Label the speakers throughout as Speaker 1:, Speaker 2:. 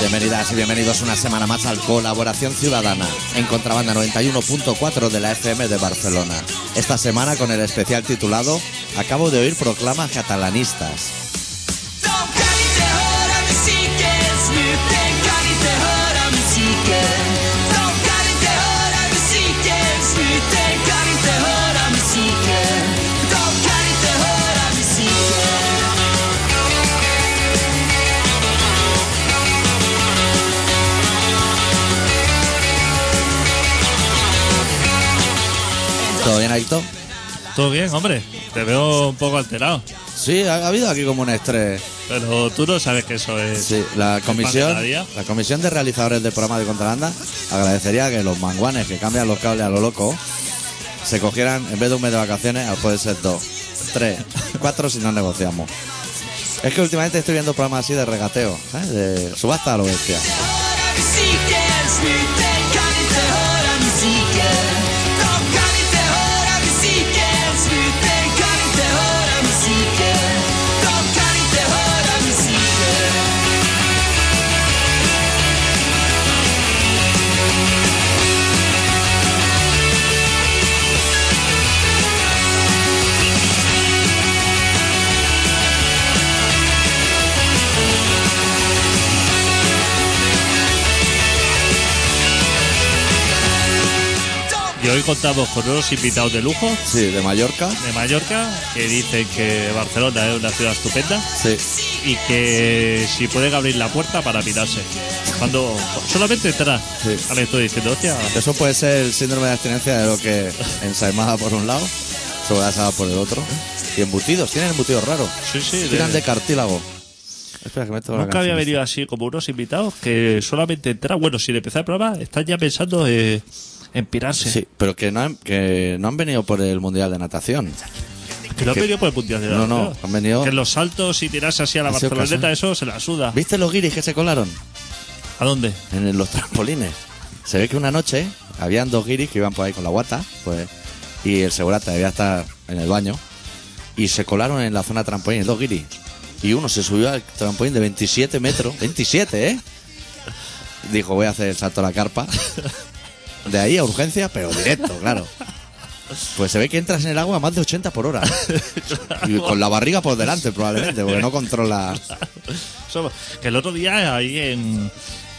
Speaker 1: Bienvenidas y bienvenidos una semana más al Colaboración Ciudadana en Contrabanda 91.4 de la FM de Barcelona. Esta semana con el especial titulado Acabo de oír proclamas catalanistas. ¿Todo bien, Aito?
Speaker 2: Todo bien, hombre. Te veo un poco alterado.
Speaker 1: Sí, ha ha habido aquí como un estrés.
Speaker 2: Pero tú no sabes que eso es.
Speaker 1: Sí, la comisión,
Speaker 2: cada día.
Speaker 1: la comisión de realizadores de programas de contrabanda agradecería que los manguanes que cambian los cables a lo loco se cogieran en vez de un mes de vacaciones, al poder ser dos, tres, cuatro si no negociamos. Es que últimamente estoy viendo programas así de regateo, ¿sabes? de subasta a lo bestia.
Speaker 2: Y hoy contamos con unos invitados de lujo
Speaker 1: Sí, de Mallorca.
Speaker 2: de Mallorca que dicen que Barcelona es una ciudad estupenda
Speaker 1: Sí,
Speaker 2: y que si pueden abrir la puerta para pirarse. Cuando solamente entrar.
Speaker 1: Sí.
Speaker 2: Ahora estoy diciendo, hostia,
Speaker 1: eso puede ser el síndrome de abstinencia de lo que ensaimada por un lado, sobrasada por el otro. Y embutidos, tienen embutidos raros.
Speaker 2: sí, sí. de-
Speaker 1: Tiran de cartílago. Espera, que me toco la
Speaker 2: Nunca había
Speaker 1: canción.
Speaker 2: venido así como unos invitados que solamente entrar. Bueno, sin empezar el programa, están ya pensando eh, en pirarse.
Speaker 1: Sí, pero que no, han, que no han venido por el Mundial de Natación.
Speaker 2: Que no han
Speaker 1: Que-
Speaker 2: venido por el mundial de la
Speaker 1: No, no,
Speaker 2: Nación.
Speaker 1: han venido-
Speaker 2: Que los saltos y tirarse así a la
Speaker 1: Han sido
Speaker 2: barceloneta, eso se la suda.
Speaker 1: ¿Viste los guiris que se colaron
Speaker 2: ¿A dónde?
Speaker 1: en el- los trampolines? Se ve que una noche habían dos guiris que iban por ahí con la guata, pues, y el segurata debía estar en el baño, y se colaron en la zona de trampolines, dos guiris. Y uno se subió al trampolín de 27 metros, 27, ¿eh? Dijo, voy a hacer el salto a la carpa. De ahí a urgencia, pero directo, claro. Pues se ve que entras en el agua a más de 80 por hora. Y con la barriga por delante, probablemente, porque no controla.
Speaker 2: Eso- que el otro día ahí en,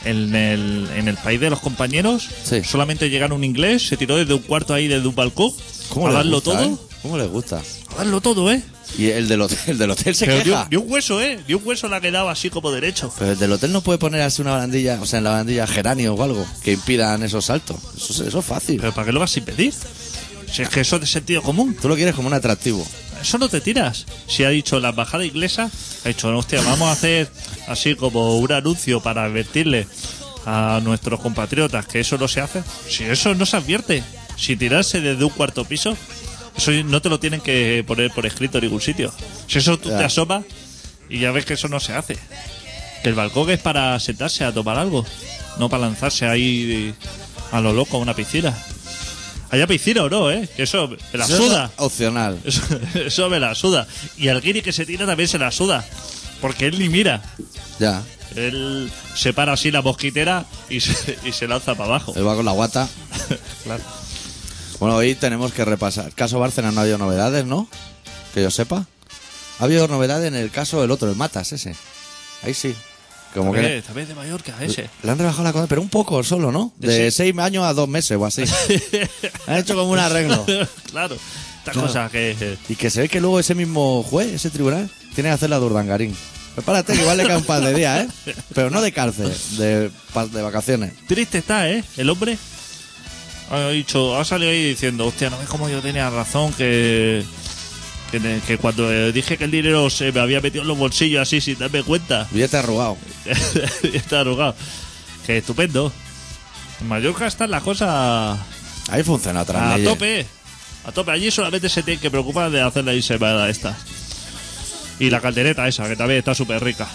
Speaker 2: en, el, en el país de los compañeros
Speaker 1: Sí.
Speaker 2: solamente llegaron un inglés, se tiró desde un cuarto ahí, desde un balcón, a
Speaker 1: les
Speaker 2: darlo
Speaker 1: gusta,
Speaker 2: todo.
Speaker 1: eh? ¿Cómo les gusta?
Speaker 2: A darlo todo, ¿eh?
Speaker 1: Y el del hotel, el del hotel se
Speaker 2: Pero ni
Speaker 1: queja.
Speaker 2: un, ni un hueso, ¿eh? Ni un hueso le ha quedado así como derecho.
Speaker 1: Pero el del hotel no puede poner así una barandilla, o sea, en la barandilla geranio o algo que impidan esos saltos. Eso, es- eso es fácil.
Speaker 2: Pero ¿para qué lo vas sin pedir? Si es que eso es de sentido común.
Speaker 1: Tú lo quieres como un atractivo.
Speaker 2: Eso no te tiras. Si ha dicho la embajada inglesa, ha dicho, hostia, vamos a hacer así como un anuncio para advertirle a nuestros compatriotas que eso no se hace. Si eso no se advierte, si tirarse desde un cuarto piso, eso no te lo tienen que poner por escrito en ningún sitio. Si eso tú
Speaker 1: Ya.
Speaker 2: te asomas y ya ves que eso no se hace. Que el balcón es para sentarse a tomar algo, no para lanzarse ahí a lo loco a una piscina. Allá piscina o no, ¿eh? Que eso me la
Speaker 1: Eso es
Speaker 2: suda.
Speaker 1: opcional.
Speaker 2: Eso, eso me la suda. Y al guiri que se tira también se la suda. Porque él ni mira.
Speaker 1: Ya.
Speaker 2: Él se para así la mosquitera y se, y se lanza para abajo.
Speaker 1: Él va con la guata.
Speaker 2: Claro.
Speaker 1: Bueno, hoy tenemos que repasar. Caso Bárcenas no ha habido novedades, ¿no? Que yo sepa. Ha habido novedades en el caso del otro, el Matas, ese. Ahí sí. Como que
Speaker 2: Eh, también de Mallorca, ese.
Speaker 1: Le han rebajado la condena, pero un poco solo, ¿no?
Speaker 2: De
Speaker 1: De seis años a dos meses o así. han hecho como un arreglo.
Speaker 2: claro. Estas cosas que. eh,
Speaker 1: Y que se ve que luego ese mismo juez, ese tribunal, tiene que hacer la de Urdangarín. Prepárate, que igual le cae un par de días, ¿eh? Pero no de cárcel, de, pa- de vacaciones.
Speaker 2: Triste está, ¿eh? El hombre. Ha dicho, ha salido ahí diciendo, hostia, no ves cómo yo tenía razón que. Que, que cuando eh, dije que el dinero se me había metido en los bolsillos así sin darme cuenta.
Speaker 1: Billete arrugado.
Speaker 2: está arrugado. Que estupendo. En Mallorca están las cosas
Speaker 1: Ahí funciona otra
Speaker 2: a
Speaker 1: ley. ¿eh?
Speaker 2: tope. eh. A tope. Allí solamente se tienen que preocupar de hacer la insemada esta. Y la caldereta esa, que también está súper rica.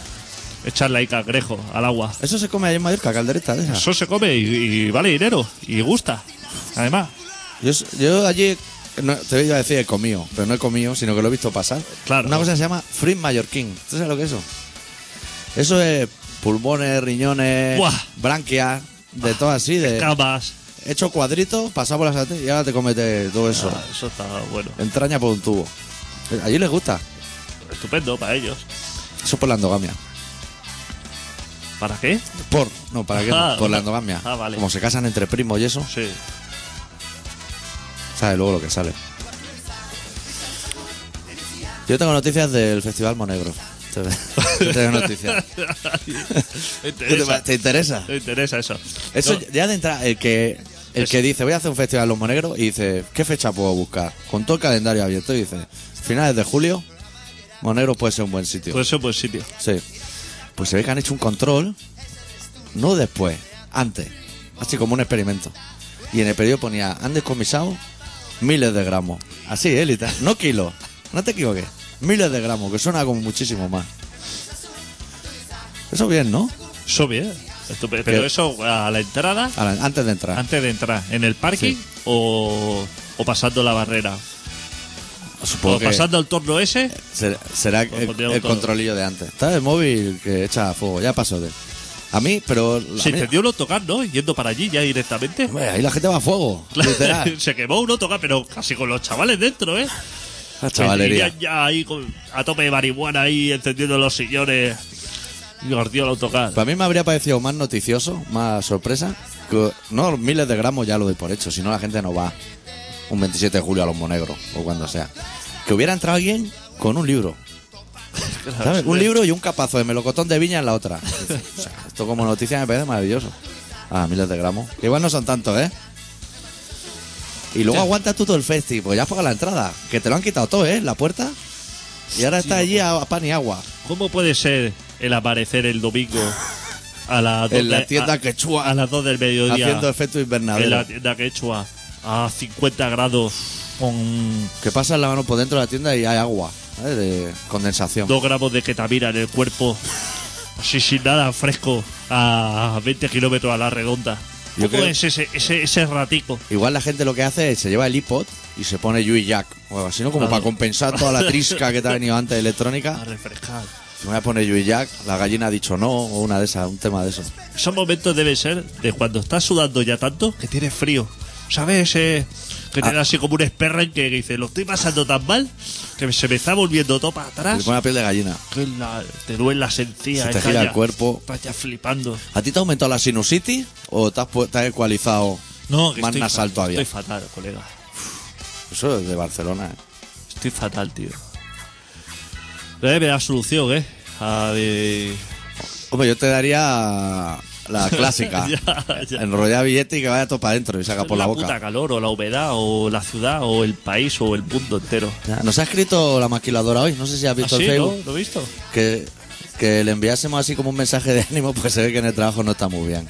Speaker 2: Echarla ahí cangrejo al agua.
Speaker 1: Eso se come ahí en Mallorca, ¿eh? caldereta de esas.
Speaker 2: Eso se come y, y vale dinero. Y gusta. Además.
Speaker 1: Yo, s- yo allí, no- te iba a decir he comido, pero no he comido, sino que lo he visto pasar.
Speaker 2: Claro.
Speaker 1: Una cosa que se llama Free Mallorquín. ¿Tú sabes lo que es eso? Eso es pulmones, riñones,
Speaker 2: Buah.
Speaker 1: branquias, de todo así, de
Speaker 2: Camas.
Speaker 1: hecho cuadritos, pasado por la sartén y ahora te comete todo eso.
Speaker 2: Ah, eso está bueno.
Speaker 1: Entraña por un tubo. Allí les gusta.
Speaker 2: Estupendo para ellos.
Speaker 1: Eso es por la endogamia.
Speaker 2: ¿Para qué?
Speaker 1: Por, no, ¿para qué? no?
Speaker 2: Ah,
Speaker 1: por la
Speaker 2: ah,
Speaker 1: endogamia.
Speaker 2: ah, vale.
Speaker 1: Como se casan entre primos y eso,
Speaker 2: Sí.
Speaker 1: sabes luego lo que sale. Yo tengo noticias del Festival Monegro. Te- tengo noticias.
Speaker 2: Me
Speaker 1: ¿Qué te,
Speaker 2: interesa,
Speaker 1: pa- ¿Te interesa?
Speaker 2: me interesa eso.
Speaker 1: Eso
Speaker 2: No,
Speaker 1: ya de entrada, el que el
Speaker 2: Eso.
Speaker 1: que dice, voy a hacer un festival de los monegros y dice, ¿qué fecha puedo buscar? Con todo el calendario abierto y dice, finales de julio, Monegros puede ser un buen sitio.
Speaker 2: pues eso pues sitio.
Speaker 1: Sí. Pues se ve que han hecho un control, no después, antes, así como un experimento. Y en el periodo ponía, han descomisado miles de gramos. Así, ¿eh? literal. No kilos, no te equivoques. Miles de gramos, que suena como muchísimo más. Eso bien, ¿no?
Speaker 2: Eso bien. Estupendo. Pero
Speaker 1: Que-
Speaker 2: eso a la entrada,
Speaker 1: A la- Antes de entrar.
Speaker 2: antes de entrar, en el parking
Speaker 1: Sí.
Speaker 2: o, o pasando la barrera.
Speaker 1: Ah, Supongo
Speaker 2: o
Speaker 1: que-
Speaker 2: pasando el torno ese.
Speaker 1: Será, será el,
Speaker 2: pondríamos
Speaker 1: el
Speaker 2: todo.
Speaker 1: controlillo de antes. Está el móvil que echa fuego, ya pasó de. A mí, pero. a
Speaker 2: Se
Speaker 1: mí-
Speaker 2: encendió un autocar, ¿no? Yendo para allí ya directamente.
Speaker 1: Hombre, ahí la gente va a fuego, literal.
Speaker 2: Se quemó un autocar, pero casi con los chavales dentro, ¿eh?
Speaker 1: La chavalería.
Speaker 2: Irían ya ahí con- a tope de marihuana ahí encendiendo los sillones. Y Guardiola autocar.
Speaker 1: Para mí me habría parecido más noticioso, más sorpresa. Que, no, miles de gramos ya lo doy por hecho, si no la gente no va un 27 de julio a los monegros o cuando sea. Que hubiera entrado alguien con un libro. Pues,
Speaker 2: Ah,
Speaker 1: ¿sabes? Un libro y un capazo de melocotón de viña en la otra. O sea, esto como noticia me parece maravilloso. Ah, miles de gramos. Que Igual no son tantos, ¿eh? Y luego aguantas tú todo el festi, porque ya has pagado la entrada. Que te lo han quitado todo, ¿eh? La puerta. Y ahora está allí a, a pan y agua.
Speaker 2: ¿Cómo puede ser el aparecer el domingo a las dos
Speaker 1: En la
Speaker 2: de-
Speaker 1: tienda
Speaker 2: a-
Speaker 1: quechua.
Speaker 2: a las 2 del mediodía
Speaker 1: Haciendo efecto
Speaker 2: en
Speaker 1: invernadero.
Speaker 2: la tienda quechua a 50 grados con
Speaker 1: Que pasas la mano por dentro de la tienda y hay agua, ¿sabes? De condensación.
Speaker 2: 2 gramos de ketamina en el cuerpo así sin nada fresco a 20 kilómetros a la redonda
Speaker 1: Yo
Speaker 2: ¿Cómo
Speaker 1: creo-
Speaker 2: es ese, ese, ese ratico?
Speaker 1: Igual la gente lo que hace es se lleva el iPod y se pone Yui Jack. O algo así, ¿no? Como
Speaker 2: Claro.
Speaker 1: para compensar toda la trisca que te ha venido antes de
Speaker 2: A
Speaker 1: electrónica.
Speaker 2: refrescar
Speaker 1: Se me voy a poner Yui Jack, la gallina ha dicho no, o una de esas, un tema de eso.
Speaker 2: Esos momentos deben ser de cuando estás sudando ya tanto que tienes frío. ¿Sabes? Ese que
Speaker 1: Ah.
Speaker 2: te da así como un esperren que dice, lo estoy pasando tan mal que se me está volviendo todo para
Speaker 1: Se
Speaker 2: atrás.
Speaker 1: pone la piel de gallina.
Speaker 2: que la- te duelen las encías.
Speaker 1: Se te
Speaker 2: estás
Speaker 1: gira el
Speaker 2: ya-
Speaker 1: cuerpo.
Speaker 2: Estás ya flipando.
Speaker 1: ¿A ti te ha aumentado la sinusitis o te has, pu- te has ecualizado
Speaker 2: No, que
Speaker 1: más
Speaker 2: estoy
Speaker 1: nasal
Speaker 2: fatal,
Speaker 1: todavía?
Speaker 2: Estoy fatal, colega.
Speaker 1: Eso es de Barcelona, ¿eh?
Speaker 2: Estoy fatal, tío. Debe haber la solución, ¿eh? A de...
Speaker 1: Hombre, yo te daría la clásica.
Speaker 2: Ya, ya.
Speaker 1: Enrollar billete y que vaya todo para adentro y saca por la, boca.
Speaker 2: puta calor o la humedad o la ciudad o el país o el mundo entero.
Speaker 1: Ya, Nos ha escrito la maquiladora hoy, no sé si has visto
Speaker 2: ¿Así,
Speaker 1: el
Speaker 2: ¿Ah, no?
Speaker 1: Facebook.
Speaker 2: ¿Lo he visto?
Speaker 1: que, que le enviásemos así como un mensaje de ánimo, pues se ve que en el trabajo no está muy bien.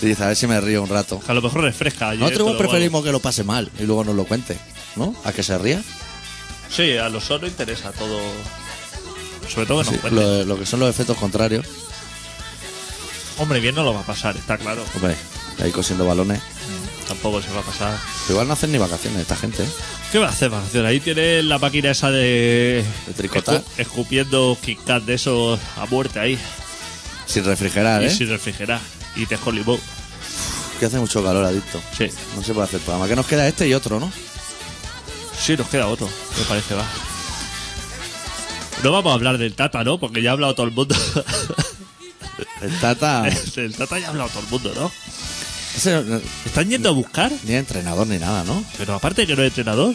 Speaker 1: Y dice, a ver si me río un rato.
Speaker 2: Que a lo mejor refresca. ayer
Speaker 1: Nosotros
Speaker 2: todo lo
Speaker 1: preferimos que lo pase mal y luego nos lo cuente, ¿no? A que se ría.
Speaker 2: malo. Sí, a los sonos interesa todo. Sobre todo que
Speaker 1: Sí,
Speaker 2: nos cuente.
Speaker 1: lo, lo que son los efectos contrarios.
Speaker 2: Hombre, bien no lo va a pasar, está claro.
Speaker 1: Hombre, ahí cosiendo balones.
Speaker 2: Tampoco se va a pasar.
Speaker 1: Pero igual no hacen ni vacaciones esta gente, ¿eh?
Speaker 2: ¿Qué va a hacer? vacaciones? Ahí tiene la máquina esa de.
Speaker 1: De tricotar.
Speaker 2: escu- escupiendo Kit Kat de esos a muerte ahí.
Speaker 1: Sin refrigerar,
Speaker 2: Y
Speaker 1: ¿eh?
Speaker 2: sin refrigerar. Y te limón.
Speaker 1: Que hace mucho calor, adicto.
Speaker 2: Sí.
Speaker 1: No se puede hacer programa. Que nos queda este y otro, ¿no?
Speaker 2: Sí, nos queda otro. Me parece, va. No vamos a hablar del Tata, ¿no? Porque ya ha hablado todo el mundo.
Speaker 1: El Tata.
Speaker 2: del Tata ya ha hablado todo el mundo, ¿no?
Speaker 1: ese no-
Speaker 2: Están yendo a buscar
Speaker 1: ni entrenador ni nada, ¿no?
Speaker 2: Pero aparte que no es entrenador,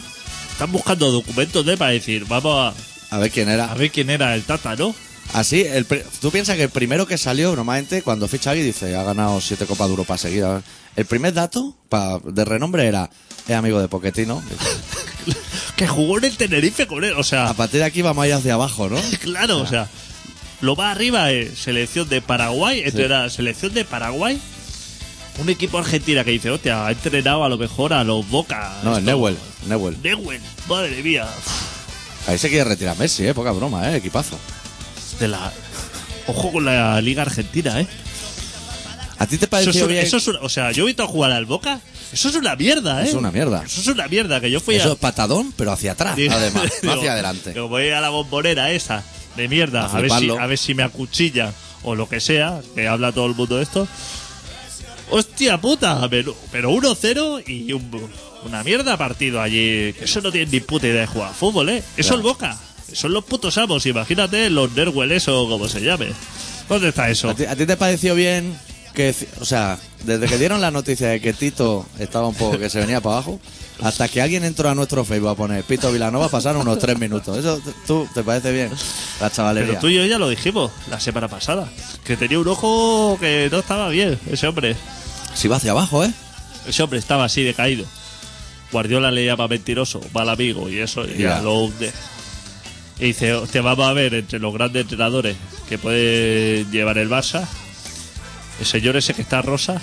Speaker 2: están buscando documentos de para decir, vamos
Speaker 1: A ver quién
Speaker 2: a, a
Speaker 1: era.
Speaker 2: ver quién era el Tata, ¿no?
Speaker 1: Así, el pri- tú piensas que el primero que salió, normalmente, cuando ficha alguien, dice, ha ganado siete Copas de Europa seguidas. El primer dato pa- de renombre era, es amigo de Poquetino.
Speaker 2: Que jugó en el Tenerife con él, o sea,
Speaker 1: A partir de aquí vamos a ir hacia abajo, ¿no?
Speaker 2: claro, o sea, lo más arriba es selección de Paraguay, esto
Speaker 1: Sí.
Speaker 2: era selección de Paraguay, un equipo argentina que dice, hostia, ha entrenado a lo mejor a los Boca.
Speaker 1: No, el
Speaker 2: esto-
Speaker 1: Newell, Newell.
Speaker 2: Newell, madre mía,
Speaker 1: Ahí se quiere retirar Messi, ¿eh? Poca broma, ¿eh? Equipazo.
Speaker 2: de la... Ojo con la Liga Argentina, ¿eh?
Speaker 1: ¿A ti te
Speaker 2: Eso es,
Speaker 1: pareció
Speaker 2: una-
Speaker 1: bien?
Speaker 2: eso es una- o sea, yo he visto jugar al Boca, eso es una mierda, ¿eh?
Speaker 1: Es una mierda.
Speaker 2: Eso es una mierda, que yo fui a...
Speaker 1: Eso es patadón, pero hacia atrás,
Speaker 2: Digo-
Speaker 1: además, no
Speaker 2: digo-
Speaker 1: hacia adelante.
Speaker 2: digo, voy a la bombonera esa. de mierda,
Speaker 1: A
Speaker 2: a, ver si,
Speaker 1: fliparlo.
Speaker 2: a ver si me acuchilla o lo que sea, que habla todo el mundo de esto. Hostia puta, pero, pero 1-0 y un- una mierda partido allí. que Eso no tiene ni puta idea de jugar a fútbol, ¿eh? Eso
Speaker 1: Ya.
Speaker 2: el Boca. Son los putos amos, imagínate los Nerwell o como se llame. ¿Dónde está eso?
Speaker 1: ¿A ti, a ti te pareció bien que, ci- o sea, desde que dieron la noticia de que Tito estaba un poco que se venía para abajo, hasta que alguien entró a nuestro Facebook a poner Pito Vilanova pasaron unos tres minutos. Eso t- tú te parece bien, la
Speaker 2: Pero
Speaker 1: chavalería.
Speaker 2: tú y yo ya lo dijimos la semana pasada, que tenía un ojo que no estaba bien, ese hombre.
Speaker 1: Si va hacia abajo, ¿eh?
Speaker 2: Ese hombre estaba así decaído. Guardiola le llama mentiroso, mal amigo y eso, y
Speaker 1: Ya.
Speaker 2: ya lo hunde. Y dice, te vamos a ver entre los grandes entrenadores que puede llevar el Barça. El señor ese que está rosa,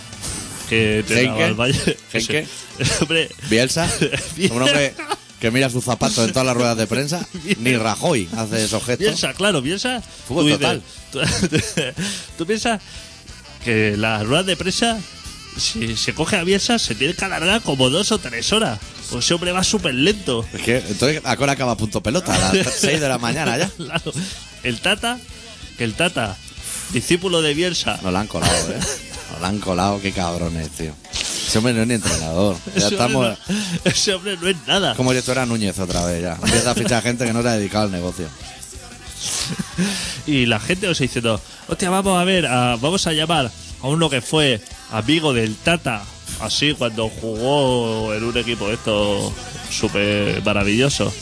Speaker 2: que entrenaba
Speaker 1: Henke.
Speaker 2: al Valle.
Speaker 1: Henke.
Speaker 2: hombre,
Speaker 1: Bielsa,
Speaker 2: Bielsa.
Speaker 1: un hombre que mira sus zapatos en todas las ruedas de prensa, ni Rajoy hace esos gestos.
Speaker 2: Piensa, claro, piensa.
Speaker 1: Fútbol
Speaker 2: tú dices-
Speaker 1: total.
Speaker 2: Tú, tú piensas que las ruedas de prensa, si se coge a Bielsa, se tiene que alargar como dos o tres horas. Pues ese hombre va súper lento.
Speaker 1: Es que, entonces, ahora acaba punto pelota, a las 6 de la mañana ya.
Speaker 2: Claro. El Tata, que el Tata, discípulo de Bielsa,
Speaker 1: Nos la han colado, ¿eh? Nos la han colado, qué cabrones, tío. Ese hombre no es ni entrenador. Ya
Speaker 2: ese,
Speaker 1: estamos...
Speaker 2: hombre no, ese hombre no es nada.
Speaker 1: Como si esto era Núñez otra vez ya. Empieza a fichar gente que no se ha dedicado al negocio.
Speaker 2: Y la gente os diciendo, hostia, vamos a ver, a- vamos a llamar a uno que fue amigo del Tata, así cuando jugó en un equipo de estos súper maravilloso,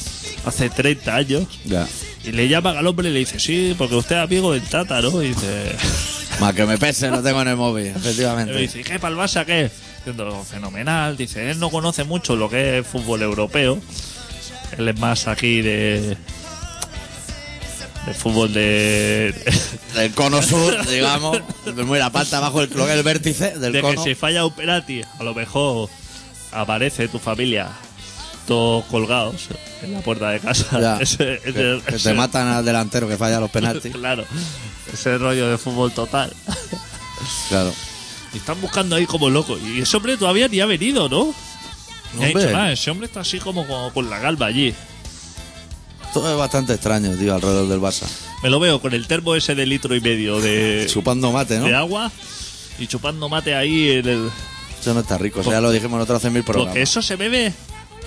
Speaker 2: hace 30 años.
Speaker 1: Ya.
Speaker 2: Y le llaman al hombre y le dice, sí, porque usted es amigo del Tata, ¿no? Y dice,
Speaker 1: Más que me pese, no tengo en el móvil,
Speaker 2: y me
Speaker 1: efectivamente.
Speaker 2: dice, ¿y qué pa'l Barça qué? Diciendo, fenomenal, dice, él no conoce mucho lo que es fútbol europeo. Él es más aquí de. de fútbol de.
Speaker 1: Del cono sur, digamos. Muy la parte abajo del lo que es el vértice del
Speaker 2: de
Speaker 1: cono.
Speaker 2: que si falla un penalti, a lo mejor aparece tu familia todos colgados en la puerta de casa.
Speaker 1: Ya.
Speaker 2: Ese-
Speaker 1: que,
Speaker 2: ese-
Speaker 1: que
Speaker 2: ese-
Speaker 1: te matan al delantero que falla los penaltis.
Speaker 2: Claro, ese rollo de fútbol total.
Speaker 1: Claro.
Speaker 2: Y están buscando ahí como locos. Y ese hombre todavía ni ha venido, ¿no? Ni ha
Speaker 1: Hombre.
Speaker 2: dicho nada. Ese hombre está así como con, con la galba allí.
Speaker 1: Todo es bastante extraño, tío, alrededor del Barça.
Speaker 2: Me lo veo con el termo ese de litro y medio de,
Speaker 1: Chupando mate, ¿no?
Speaker 2: de agua y chupando mate ahí en el,
Speaker 1: Eso no está rico, eso
Speaker 2: Pues
Speaker 1: ya lo dijimos nosotros hace mil programas.
Speaker 2: Porque eso se bebe,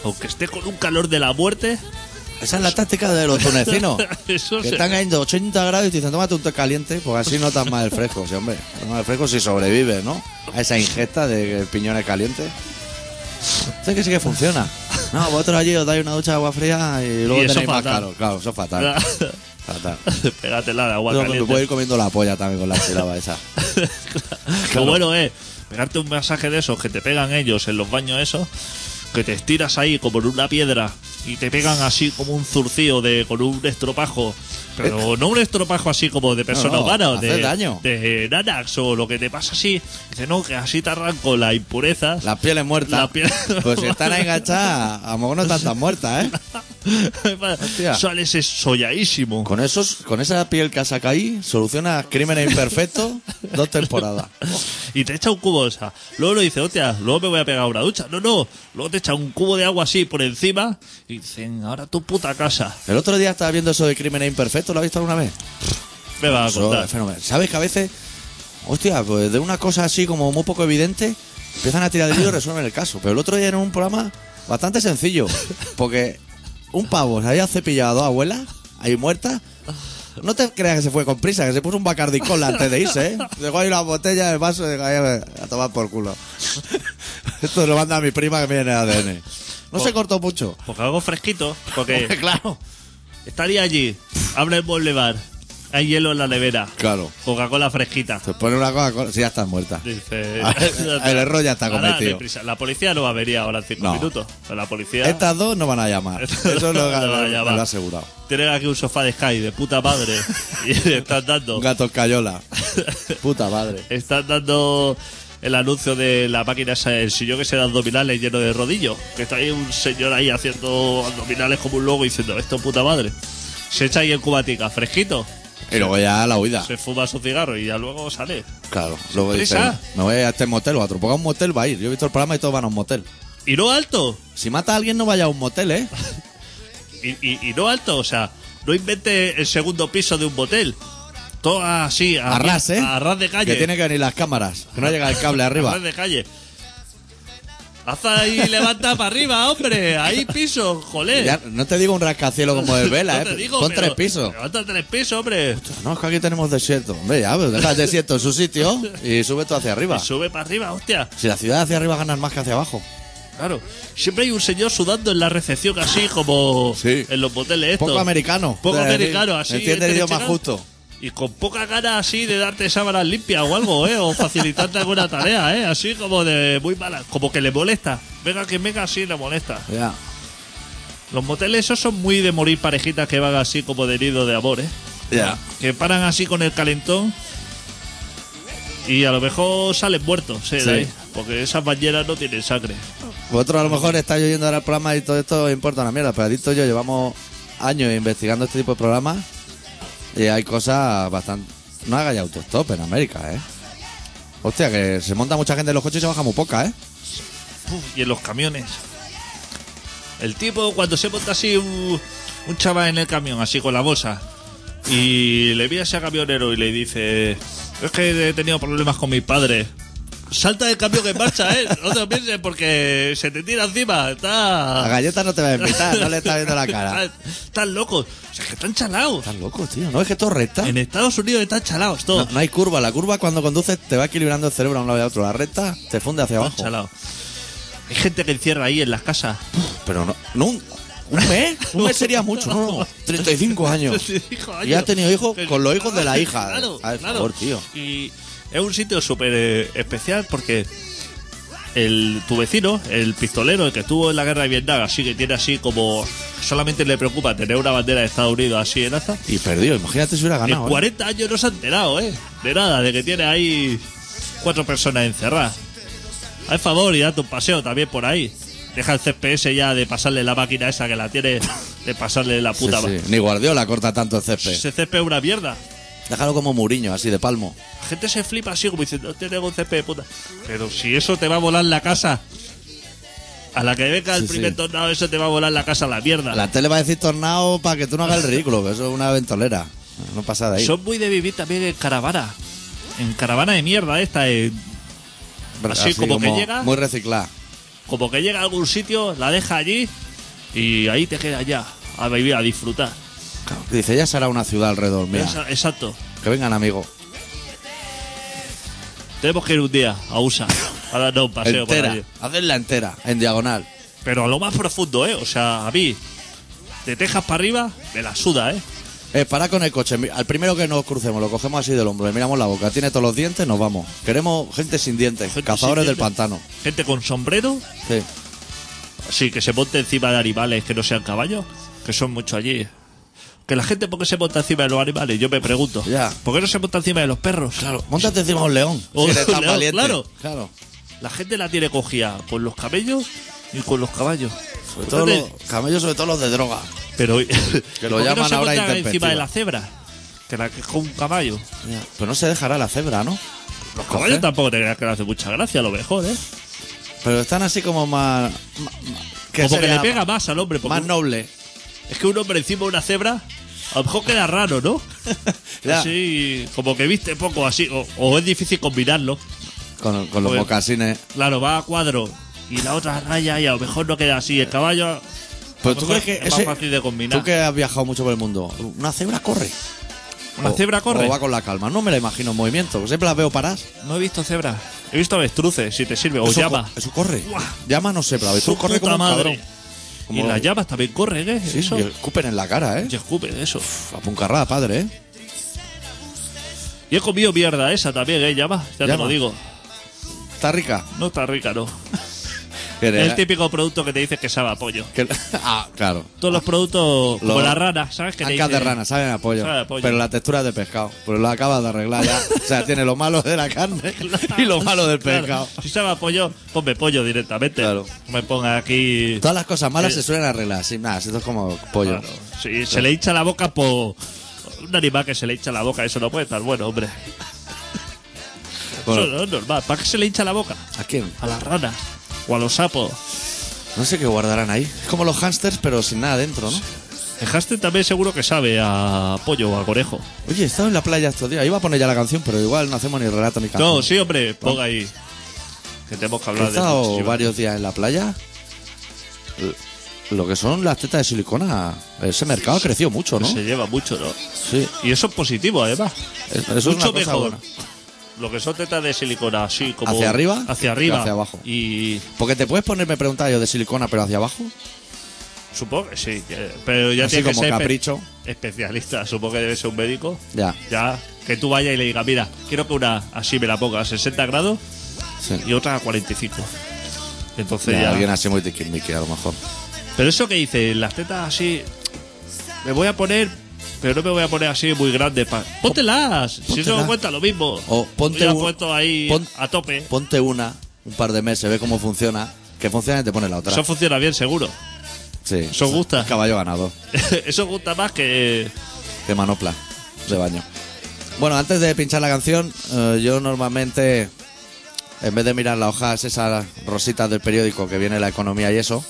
Speaker 2: aunque esté con un calor de la muerte,
Speaker 1: Esa es la táctica de los tunecinos.
Speaker 2: Eso
Speaker 1: que
Speaker 2: se-
Speaker 1: están cayendo 80 grados y te dicen, tómate un té caliente, porque así notas más el fresco, sí, hombre. Toma el fresco si sobrevives, ¿no? A esa ingesta de piñones calientes. Sé que sí que funciona. No, vosotros allí os dais una ducha de agua fría y luego
Speaker 2: Y eso
Speaker 1: tenéis más
Speaker 2: fatal.
Speaker 1: calor. Claro, eso es fatal. fatal.
Speaker 2: pégatela de agua
Speaker 1: Yo me puedo
Speaker 2: caliente.
Speaker 1: ir comiendo la polla también con la sílaba esa.
Speaker 2: Lo bueno es pegarte un masaje de esos que te pegan ellos en los baños esos, que te estiras ahí como en una piedra y te pegan así como un zurcío de con un estropajo, pero no un estropajo así como de persona
Speaker 1: Eh. no,
Speaker 2: humana, o
Speaker 1: hace
Speaker 2: de,
Speaker 1: daño.
Speaker 2: de Nanax o lo que te pasa así. Dice, no, que así te arranco las impurezas.
Speaker 1: Las pieles muertas.
Speaker 2: La piel-
Speaker 1: Pues si están ahí enganchadas, a lo mejor no están tan muertas, ¿eh? Hostia.
Speaker 2: Sales solladísimo.
Speaker 1: Con, esos, con esa piel que has sacado ahí, soluciona crímenes imperfectos dos temporadas.
Speaker 2: Y te echa un cubo de esa. Luego lo dice, hostia, luego me voy a pegar una ducha. No, no. Luego te echa un cubo de agua así por encima. Y dicen, ahora tu puta casa.
Speaker 1: El otro día estaba viendo eso de crímenes imperfectos, ¿lo has visto alguna vez?
Speaker 2: Me vas a
Speaker 1: Eso
Speaker 2: contar.
Speaker 1: es fenomenal. ¿Sabes que a veces, hostia, pues de una cosa así como muy poco evidente, empiezan a tirar de hilo y resuelven el caso? Pero el otro día era un programa bastante sencillo, porque un pavo se había cepillado a dos abuelas, ahí muertas. No te creas que se fue con prisa, que se puso un bacardi cola antes de irse, ¿eh? Dejó ahí la botella, el vaso, y dijo, "Ahí, a ver, a tomar por culo. Esto lo manda a mi prima que viene de ADN. No se cortó mucho.
Speaker 2: Porque Pues algo fresquito.
Speaker 1: Hombre,
Speaker 2: Porque
Speaker 1: claro.
Speaker 2: estaría allí. Abre el boulevard. Hay hielo en la nevera.
Speaker 1: Claro.
Speaker 2: Coca-Cola fresquita.
Speaker 1: Se pone una cosa, si ya estás muerta. Ah,
Speaker 2: Dice,
Speaker 1: El error ya está
Speaker 2: "Ahora,
Speaker 1: cometido".
Speaker 2: deprisa. La policía no va a venir ahora en cinco
Speaker 1: No.
Speaker 2: minutos. Pero la policía
Speaker 1: Estas dos no van a llamar. Eso es lo,
Speaker 2: No van a
Speaker 1: me
Speaker 2: llamar.
Speaker 1: lo he asegurado.
Speaker 2: tiene aquí un sofá de Sky de puta madre. y le están dando.
Speaker 1: Un gato cayola. Puta madre.
Speaker 2: Están dando el anuncio de la máquina esa, el sillón que se da abdominales lleno de rodillos. Que está ahí un señor ahí haciendo abdominales como un loco y diciendo, esto puta madre. Se echa ahí en cubatica, fresquito,
Speaker 1: Y luego ya la huida.
Speaker 2: se fuma su cigarro y ya luego sale.
Speaker 1: Claro. Luego dice,
Speaker 2: prisa.
Speaker 1: me voy a este motel o a otro. Porque a un motel va a ir. Yo he visto el programa y todos van a un motel.
Speaker 2: Y no alto,
Speaker 1: Si mata a alguien no vaya a un motel, ¿eh?
Speaker 2: y, y- y no alto, o sea, No invente el segundo piso de un motel. Todo así, a,
Speaker 1: Arras, ¿eh?
Speaker 2: a ras de calle.
Speaker 1: Que tiene que venir las cámaras. Que no llega el cable
Speaker 2: A
Speaker 1: arriba.
Speaker 2: ras de calle. Haz ahí, levanta para arriba, hombre. Ahí piso, joder.
Speaker 1: Ya, no te digo un rascacielos como de vela,
Speaker 2: No te
Speaker 1: ¿eh?
Speaker 2: digo,
Speaker 1: Pon
Speaker 2: pero-
Speaker 1: tres pisos.
Speaker 2: Levanta tres pisos, hombre.
Speaker 1: No, es que aquí tenemos desierto. Hombre, ya, pues deja el desierto en su sitio y sube todo hacia arriba.
Speaker 2: Y sube para arriba, hostia.
Speaker 1: Si la ciudad hacia arriba ganas más que hacia abajo.
Speaker 2: Claro. Siempre hay un señor sudando en la recepción así como
Speaker 1: Sí.
Speaker 2: en los moteles estos.
Speaker 1: Poco americano.
Speaker 2: Poco
Speaker 1: Es decir,
Speaker 2: americano, así.
Speaker 1: Entiende el idioma
Speaker 2: entrechecado.
Speaker 1: justo.
Speaker 2: Y con poca gana así de darte sábanas limpias o algo, ¿eh? O facilitarte alguna tarea, ¿eh? Así como de muy mala. Como que le molesta. Venga que venga así le molesta.
Speaker 1: Ya.
Speaker 2: Los moteles esos son muy de morir parejitas que van así como de nido de amor, ¿eh?
Speaker 1: Ya.
Speaker 2: Que paran así con el calentón y a lo mejor salen muertos, ¿eh? de
Speaker 1: Sí.
Speaker 2: ahí. Porque esas bañeras no tienen sangre.
Speaker 1: Vosotros a lo mejor estáis oyendo ahora el programa y todo esto os importa una mierda, pero Adicto y yo llevamos años investigando este tipo de programas y hay cosas bastante... No hagáis autostop en América, ¿eh? Hostia, que se monta mucha gente en los coches y se baja muy poca, ¿eh?
Speaker 2: Puf, y en los camiones. El tipo, cuando se monta así un, un chaval en el camión, así con la bolsa, y le ve a ese camionero y le dice: Es que he tenido problemas con mis padres. Salta del camión que en marcha, ¿eh? No te lo pienses porque se te tira encima. Está.
Speaker 1: La galleta no te va a invitar, no le estás viendo la cara.
Speaker 2: Están- Están locos. O sea, que están chalados.
Speaker 1: Estás loco, tío. No es que todo recta.
Speaker 2: En Estados Unidos están chalados
Speaker 1: No,
Speaker 2: todos.
Speaker 1: ¿Ah? no hay curva. La curva cuando conduces te va equilibrando el cerebro a un lado y a otro. La recta te funde hacia
Speaker 2: Están
Speaker 1: abajo.
Speaker 2: chalados. Hay gente que encierra ahí en las casas.
Speaker 1: Pero no... nunca. ¿Un mes? Un mes sería mucho, no, no. 35 años. Y ha tenido hijos con los hijos de la hija. eh,
Speaker 2: Claro,
Speaker 1: Al
Speaker 2: claro.
Speaker 1: favor, tío.
Speaker 2: Y es un sitio súper eh, especial porque el, tu vecino, el pistolero, el que estuvo en la guerra de Vietnam, así que tiene así como. Solamente le preocupa tener una bandera de Estados Unidos así en alza.
Speaker 1: Y perdido, imagínate si hubiera
Speaker 2: En
Speaker 1: ganado. ¿eh?
Speaker 2: 40 años no se ha enterado, ¿eh? De nada, de que tiene ahí cuatro personas encerradas. Haz favor y date un paseo también por ahí. Deja el CPS ya de pasarle la máquina esa que la tiene, de pasarle la
Speaker 1: Sí,
Speaker 2: puta.
Speaker 1: sí. Ni Guardiola corta tanto el césped.
Speaker 2: Ese CP es una mierda.
Speaker 1: Déjalo como Muriño, así de palmo.
Speaker 2: La gente se flipa así como diciendo, tiene un CP de puta. Pero si eso te va a volar la casa. A la que venga el
Speaker 1: Sí, sí.
Speaker 2: primer tornado, eso te va a volar la casa a la mierda.
Speaker 1: La tele va a decir tornado para que tú no hagas el ridículo, que eso es una ventolera. No pasa de ahí.
Speaker 2: Son muy de vivir también en caravana. En caravana de mierda esta, en así como que llega-
Speaker 1: Muy reciclada.
Speaker 2: Como que llega a algún sitio, la deja allí y ahí te quedas ya a vivir, a disfrutar.
Speaker 1: Dice, ya será una ciudad alrededor, mira.
Speaker 2: Esa- exacto.
Speaker 1: Que vengan, amigos.
Speaker 2: Tenemos que ir un día a USA a darnos un paseo por
Speaker 1: Entera.
Speaker 2: allí.
Speaker 1: Hacerla entera, en diagonal.
Speaker 2: Pero a lo más profundo, ¿eh? O sea, a mí, de Texas para arriba, me la suda, ¿eh?
Speaker 1: Eh, para con el coche. Mi- Al primero que nos crucemos, lo cogemos así del hombro, le miramos la boca. Tiene todos los dientes, nos vamos. Queremos gente sin dientes,
Speaker 2: Gente
Speaker 1: cazadores
Speaker 2: sin
Speaker 1: del
Speaker 2: dientes.
Speaker 1: pantano.
Speaker 2: Gente con sombrero,
Speaker 1: Sí.
Speaker 2: sí, que se monte encima de animales que no sean caballos, que son muchos allí. Que la gente, ¿por qué se monta encima de los animales? Yo me pregunto.
Speaker 1: Ya.
Speaker 2: ¿Por qué no se monta encima de los perros? Claro.
Speaker 1: Móntate encima de un león.
Speaker 2: O
Speaker 1: si eres
Speaker 2: un
Speaker 1: tan
Speaker 2: Oh, león,
Speaker 1: valiente.
Speaker 2: claro.
Speaker 1: Claro.
Speaker 2: La gente la tiene cogida con los camellos y con los caballos.
Speaker 1: Sobre
Speaker 2: Pues
Speaker 1: todo los camellos, sobre todo los de droga.
Speaker 2: Pero
Speaker 1: Que lo
Speaker 2: ¿por qué
Speaker 1: llaman
Speaker 2: no se
Speaker 1: ahora
Speaker 2: montan
Speaker 1: intempestiva?
Speaker 2: encima de la cebra, que la que es como un caballo.
Speaker 1: Pero Pues no se dejará la cebra, ¿no?
Speaker 2: Los
Speaker 1: Coge.
Speaker 2: caballos tampoco te creas que le hace mucha gracia, a lo mejor, ¿eh?
Speaker 1: Pero están así como más. ma- ma- que
Speaker 2: Como que
Speaker 1: sería
Speaker 2: le pega más al hombre. porque
Speaker 1: Más
Speaker 2: un-
Speaker 1: noble.
Speaker 2: Es que un hombre encima de una cebra, a lo mejor queda raro, ¿no?
Speaker 1: Ya.
Speaker 2: Así, como que viste poco así, o, o es difícil combinarlo.
Speaker 1: Con, con los
Speaker 2: Porque-
Speaker 1: mocasines.
Speaker 2: Claro, va a cuadro y la otra raya y a lo mejor no queda así. El caballo.
Speaker 1: Pero Pues
Speaker 2: a
Speaker 1: tú
Speaker 2: lo mejor
Speaker 1: crees que.
Speaker 2: es más
Speaker 1: ese-
Speaker 2: fácil de combinar.
Speaker 1: Tú que has viajado mucho por el mundo. Una cebra corre.
Speaker 2: ¿Una
Speaker 1: O-
Speaker 2: cebra corre?
Speaker 1: O va con la calma. No me la imagino en movimiento. Siempre las veo paradas.
Speaker 2: No he visto cebra. He visto avestruces, si te sirve, o
Speaker 1: eso,
Speaker 2: llama.
Speaker 1: co- eso corre.
Speaker 2: Buah.
Speaker 1: Llama no sé, pero
Speaker 2: Su
Speaker 1: eso corre como
Speaker 2: puta
Speaker 1: un
Speaker 2: madre.
Speaker 1: cabrón.
Speaker 2: Y
Speaker 1: Como-
Speaker 2: las llamas también corren, ¿eh?
Speaker 1: Sí,
Speaker 2: eso.
Speaker 1: y escupen en la cara, ¿eh?
Speaker 2: Y escupen, eso.
Speaker 1: A puncarrada, padre, ¿eh?
Speaker 2: Y he comido mierda esa también, ¿eh? Llama, ya te
Speaker 1: Llama.
Speaker 2: lo digo.
Speaker 1: Está rica.
Speaker 2: No está rica, no.
Speaker 1: Que-
Speaker 2: El típico producto que te dices que sabe a pollo.
Speaker 1: que- ah, claro.
Speaker 2: Todos los productos, como
Speaker 1: Los-
Speaker 2: la rana, ¿sabes? Que te
Speaker 1: Ancas de
Speaker 2: dicen-
Speaker 1: rana, saben a pollo,
Speaker 2: Saben a pollo.
Speaker 1: Pero la textura es de pescado. Pero lo acabas de arreglar ya. o sea, tiene lo malo de la carne y lo malo del
Speaker 2: Claro,
Speaker 1: pescado.
Speaker 2: Si sabe a pollo, ponme pollo directamente.
Speaker 1: Claro.
Speaker 2: No me ponga aquí.
Speaker 1: Todas las cosas malas
Speaker 2: Eh.
Speaker 1: se suelen arreglar. Sí, nada, esto es como pollo.
Speaker 2: Claro. Si se le hincha la boca por. Un animal que se le hincha la boca, eso no puede estar bueno, hombre.
Speaker 1: Bueno,
Speaker 2: Eso no es normal. ¿Para qué se le hincha la boca?
Speaker 1: ¿A quién?
Speaker 2: A las ranas o a los sapos.
Speaker 1: No sé qué guardarán ahí. Es como los hámsters, pero sin nada dentro, ¿no?
Speaker 2: El hashtag también seguro que sabe a pollo o a conejo.
Speaker 1: Oye, he estado en la playa estos días. Iba a poner ya la canción, pero igual no hacemos ni relato ni canción.
Speaker 2: No, sí, hombre, ponga ahí. Que tenemos que
Speaker 1: He
Speaker 2: hablar de
Speaker 1: estado
Speaker 2: muchísimas-
Speaker 1: varios días en la playa. L- Lo que son las tetas de silicona, ese mercado creció mucho, ¿no?
Speaker 2: Se lleva mucho, ¿no?
Speaker 1: Sí.
Speaker 2: Y eso es positivo, además.
Speaker 1: Es- Eso es una
Speaker 2: mucho
Speaker 1: cosa
Speaker 2: mejor.
Speaker 1: buena.
Speaker 2: Lo que son tetas de silicona, así como.
Speaker 1: ¿Hacia arriba?
Speaker 2: Hacia arriba.
Speaker 1: Y hacia abajo.
Speaker 2: Y
Speaker 1: Porque te puedes ponerme preguntar yo de silicona, pero hacia abajo.
Speaker 2: supongo que sí. que- Pero ya
Speaker 1: Así
Speaker 2: tiene que
Speaker 1: como
Speaker 2: ser espe-
Speaker 1: capricho.
Speaker 2: especialista. Supongo que debe ser un médico.
Speaker 1: Ya.
Speaker 2: Ya. Que tú vayas y le digas, mira, quiero que una así me la ponga a 60 grados
Speaker 1: Sí.
Speaker 2: y otra a 45. Entonces
Speaker 1: Ya,
Speaker 2: ya.
Speaker 1: Alguien así muy tiquismiqui, a lo mejor.
Speaker 2: Pero eso que dice, las tetas así. Me voy a poner. Pero no me voy a poner así muy grandes. Pa... Póntelas. Si eso
Speaker 1: Póntela.
Speaker 2: no cuenta lo mismo.
Speaker 1: O ponte
Speaker 2: Yo ya
Speaker 1: un-
Speaker 2: puesto ahí
Speaker 1: pon-
Speaker 2: a tope.
Speaker 1: Ponte una, un par de meses, ve cómo funciona. Que funciona y te pone la otra.
Speaker 2: Eso funciona bien, seguro.
Speaker 1: sí.
Speaker 2: eso gusta.
Speaker 1: Caballo ganado.
Speaker 2: Eso gusta más que.
Speaker 1: de manopla de baño. Bueno, antes de pinchar la canción, eh, yo normalmente, en vez de mirar las hojas, esas rositas del periódico que viene la economía y eso,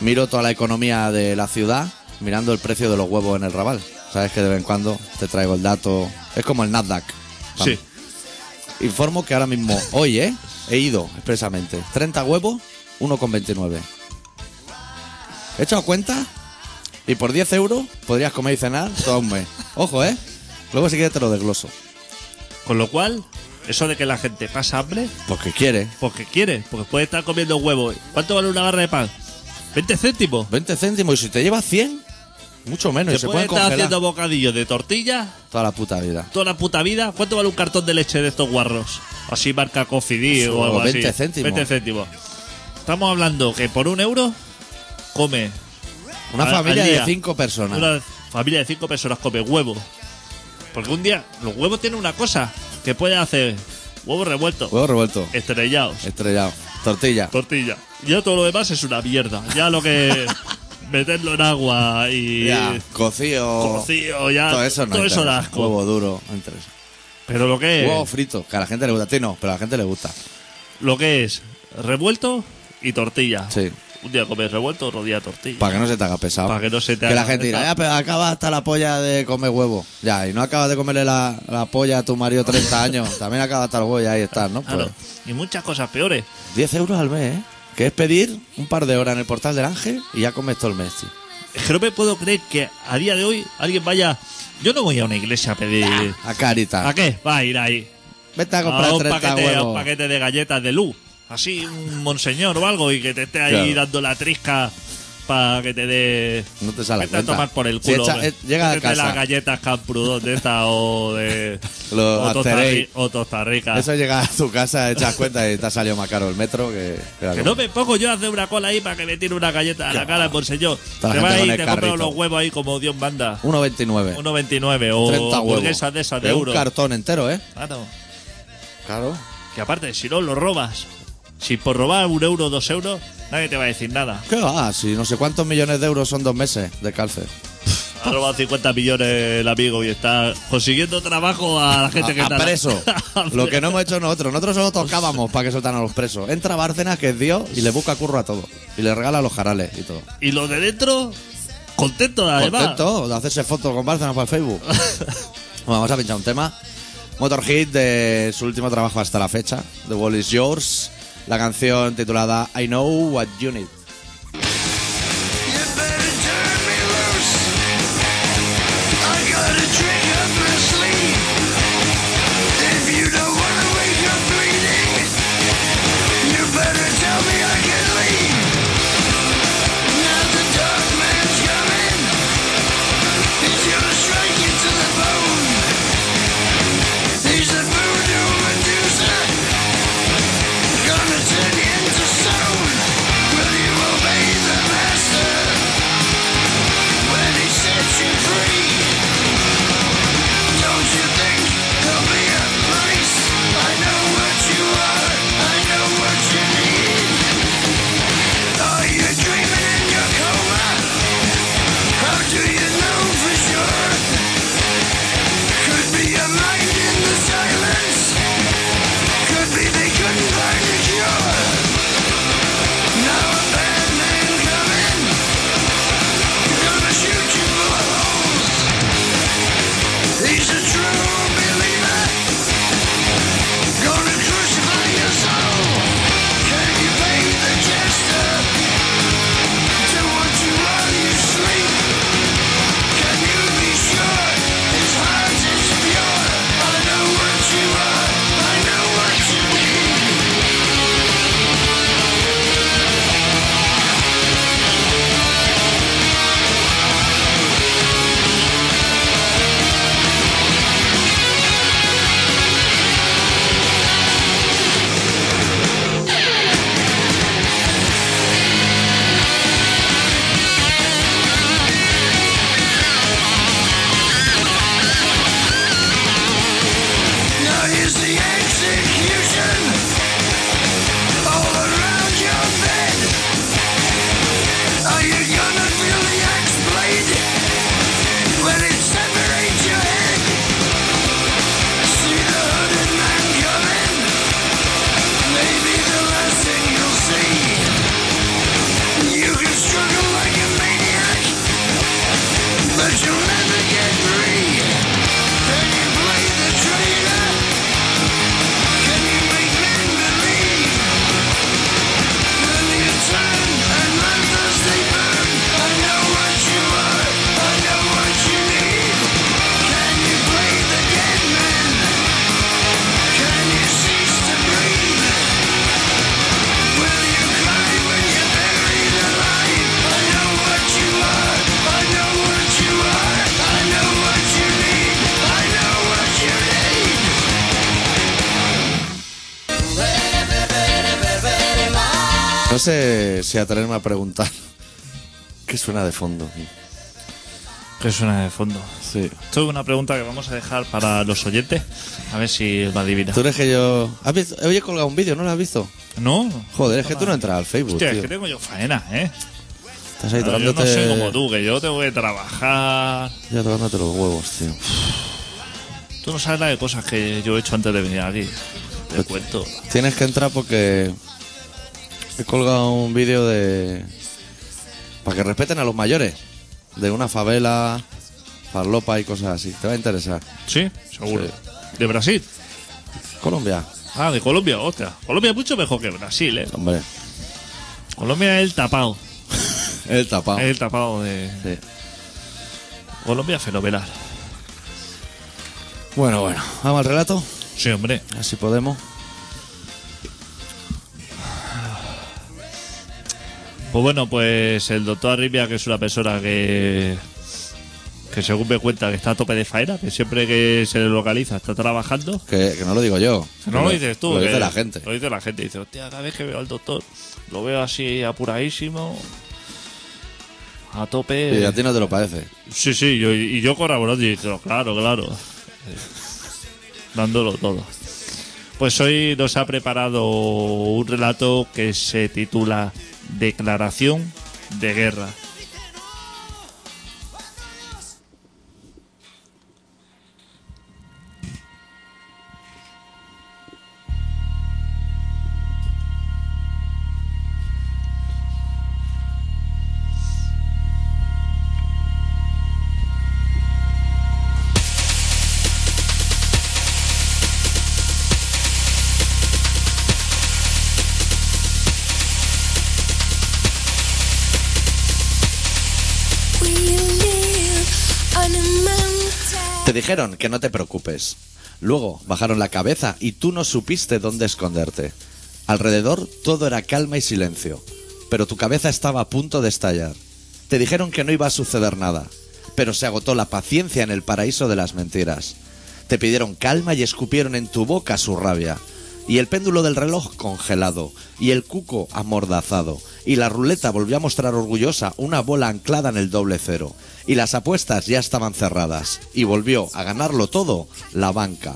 Speaker 1: miro toda la economía de la ciudad mirando el precio de los huevos en el rabal. Sabes que de vez en cuando te traigo el dato. Es como el Nasdaq.
Speaker 2: Sí.
Speaker 1: Informo que ahora mismo, hoy, ¿eh? He ido expresamente. 30 huevos, 1,29. He echado cuenta y por 10 euros podrías comer y cenar todo un mes. Ojo, ¿eh? Luego si quieres te lo desgloso.
Speaker 2: Con lo cual, eso de que la gente pasa hambre,
Speaker 1: Porque quiere.
Speaker 2: porque quiere, porque puede estar comiendo huevos. ¿Cuánto vale una barra de pan? 20 céntimos.
Speaker 1: 20 céntimos y si te llevas 100, mucho menos.
Speaker 2: Te
Speaker 1: Y se
Speaker 2: puede
Speaker 1: pueden
Speaker 2: estar
Speaker 1: congelar
Speaker 2: haciendo bocadillos de tortilla
Speaker 1: toda la puta vida.
Speaker 2: toda la puta vida. ¿Cuánto vale un cartón de leche de estos guarros? Así marca Coffee D o
Speaker 1: O
Speaker 2: algo
Speaker 1: 20
Speaker 2: así.
Speaker 1: céntimos.
Speaker 2: 20 céntimos. Estamos hablando que por un euro come
Speaker 1: Una
Speaker 2: Al-
Speaker 1: familia
Speaker 2: al
Speaker 1: de
Speaker 2: día.
Speaker 1: 5 personas.
Speaker 2: Una familia de cinco personas come huevo. Porque un día los huevos tienen una cosa que puede hacer huevos revueltos,
Speaker 1: Huevo revuelto.
Speaker 2: estrellados,
Speaker 1: Estrellado. Tortilla.
Speaker 2: tortilla. Ya todo lo demás es una mierda. Ya lo que meterlo en agua y
Speaker 1: Ya. Cocido.
Speaker 2: cocido, ya
Speaker 1: Todo eso no.
Speaker 2: da
Speaker 1: interesa.
Speaker 2: asco. Eh.
Speaker 1: Huevo duro. no interesa.
Speaker 2: Pero lo que es,
Speaker 1: Huevo frito, que a la gente le gusta. A ti no, pero a la gente le gusta.
Speaker 2: lo que es revuelto y tortilla.
Speaker 1: Sí.
Speaker 2: Un día comes revuelto, otro día tortilla.
Speaker 1: Para que no se te haga pesado.
Speaker 2: Para que no se te
Speaker 1: Que la
Speaker 2: haga
Speaker 1: gente dirá,
Speaker 2: pesado.
Speaker 1: ya, pero acaba hasta la polla de comer huevo. Ya, y no acabas de comerle la, la polla a tu marido 30 años. También acaba hasta el huevo y ahí estás, ¿no? Pues,
Speaker 2: Claro. Y muchas cosas peores.
Speaker 1: 10 euros al mes, ¿eh? Que es pedir un par de horas en el portal del ángel y ya comes todo el mes, tío.
Speaker 2: Es que no me puedo creer que a día de hoy alguien vaya. Yo no voy a una iglesia a pedir.
Speaker 1: A carita.
Speaker 2: ¿A qué? Va a ir ahí.
Speaker 1: Vete Ah. a comprar
Speaker 2: A un
Speaker 1: 30
Speaker 2: paquete, a un
Speaker 1: huevos.
Speaker 2: paquete de galletas de luz. Así, un monseñor o algo, y que te esté ahí
Speaker 1: Claro.
Speaker 2: dando la trisca para que te dé.
Speaker 1: No te sale
Speaker 2: Vete a
Speaker 1: cuenta.
Speaker 2: tomar por el
Speaker 1: Si
Speaker 2: culo.
Speaker 1: echa- eh, llega a
Speaker 2: Métete las
Speaker 1: casa.
Speaker 2: galletas Camprudón de esta o de.
Speaker 1: Los
Speaker 2: o, Tosta
Speaker 1: Asterix.
Speaker 2: Ri- o Tosta Rica.
Speaker 1: Eso llega a tu casa, echas cuenta y te ha salido más caro el metro que, que la
Speaker 2: Que
Speaker 1: compra.
Speaker 2: no me pongo yo a hacer una cola ahí para que me tire una galleta a la cara, monseñor.
Speaker 1: la
Speaker 2: Te
Speaker 1: gente
Speaker 2: vas
Speaker 1: con
Speaker 2: ahí
Speaker 1: el
Speaker 2: y te compras
Speaker 1: carrito.
Speaker 2: los huevos ahí como Dios manda.
Speaker 1: 1,29.
Speaker 2: 1,29
Speaker 1: 30
Speaker 2: o
Speaker 1: huevos.
Speaker 2: burguesas de esas de
Speaker 1: un
Speaker 2: euro.
Speaker 1: cartón entero, ¿eh?
Speaker 2: Claro.
Speaker 1: Claro.
Speaker 2: Que aparte, si no lo robas, si por robar un euro, dos euros, nadie te va a decir nada.
Speaker 1: ¿Qué va? Si no sé cuántos millones de euros son dos meses de cárcel. Ah.
Speaker 2: Ha robado 50 millones el amigo y está consiguiendo trabajo a la gente que
Speaker 1: A,
Speaker 2: está.
Speaker 1: a preso.
Speaker 2: A
Speaker 1: Lo
Speaker 2: pre-
Speaker 1: que no hemos hecho nosotros. Nosotros solo tocábamos para que soltaran a los presos. Entra Bárcenas, que es Dios, y le busca curro a todo. Y le regala los jarales y todo.
Speaker 2: Y los de dentro, contento además.
Speaker 1: Contento de hacerse fotos con Bárcenas para el Facebook. Bueno, vamos a pinchar un tema. Motorhead de su último trabajo hasta la fecha, The Wall Is Yours. La canción titulada I Know What You Need.
Speaker 3: You better turn me loose. I got a trick up my sleeve. If you don't wanna wake up bleeding, you better tell me I can leave. Now the dark man's coming. He's gonna strike you to the bone. He's a voodoo Medusa. Gonna turn you into stone. Will you
Speaker 1: No sé si atreverme a preguntar qué suena de fondo.
Speaker 2: Que suena de fondo.
Speaker 1: Sí.
Speaker 2: Esto es una pregunta que vamos a dejar para los oyentes. A ver si va a adivinar.
Speaker 1: Tú eres que yo. ¿Has visto? Hoy he colgado un vídeo, ¿no lo has visto?
Speaker 2: ¿No?
Speaker 1: Joder, es que tú no entras al Facebook.
Speaker 2: Hostia, es
Speaker 1: tío.
Speaker 2: que tengo yo faena, ¿eh?
Speaker 1: Estás ahí
Speaker 2: yo no
Speaker 1: tocándote.
Speaker 2: soy como tú, que yo tengo que trabajar.
Speaker 1: Ya tocándote los huevos, tío.
Speaker 2: Tú no sabes la de cosas que yo he hecho antes de venir aquí. Te cuento.
Speaker 1: Tienes que entrar porque he colgado un vídeo de. para que respeten a los mayores. De una favela, farlopa y cosas así. Te va a interesar.
Speaker 2: ¿Sí? Seguro. ¿De Brasil?
Speaker 1: Colombia,
Speaker 2: Ah, de Colombia, otra. Colombia es mucho mejor que Brasil, ¿eh?
Speaker 1: hombre.
Speaker 2: Colombia es el tapado.
Speaker 1: El tapado.
Speaker 2: Es el tapado de.
Speaker 1: Sí.
Speaker 2: Colombia fenomenal.
Speaker 1: Bueno, bueno. Vamos al relato.
Speaker 2: Sí, hombre.
Speaker 1: Así podemos.
Speaker 2: Pues bueno, pues el doctor Arribia, que es una persona que. que según me cuenta que está a tope de faena, que siempre que se le localiza está trabajando.
Speaker 1: Que, que no lo digo yo.
Speaker 2: No lo dices tú,
Speaker 1: Lo
Speaker 2: que-
Speaker 1: dice la gente.
Speaker 2: Lo dice la gente. Dice, hostia, cada vez que veo al doctor, lo veo así apuradísimo. A tope.
Speaker 1: Y a ti no te lo parece.
Speaker 2: Sí, sí, yo, y yo corroborando y dije, claro, claro. Eh, Dándolo todo. Pues hoy nos ha preparado un relato que se titula Declaración de Guerra.
Speaker 4: We live on a mountain.
Speaker 1: Te dijeron que no te preocupes. Luego bajaron la cabeza y tú no supiste dónde esconderte. Alrededor todo era calma y silencio, pero tu cabeza estaba a punto de estallar. Te dijeron que no iba a suceder nada, pero se agotó la paciencia en el paraíso de las mentiras. Te pidieron calma y escupieron en tu boca su rabia. Y el péndulo del reloj congelado, y el cuco amordazado, y la ruleta volvió a mostrar orgullosa una bola anclada en el doble cero, y las apuestas ya estaban cerradas, y volvió a ganarlo todo la banca.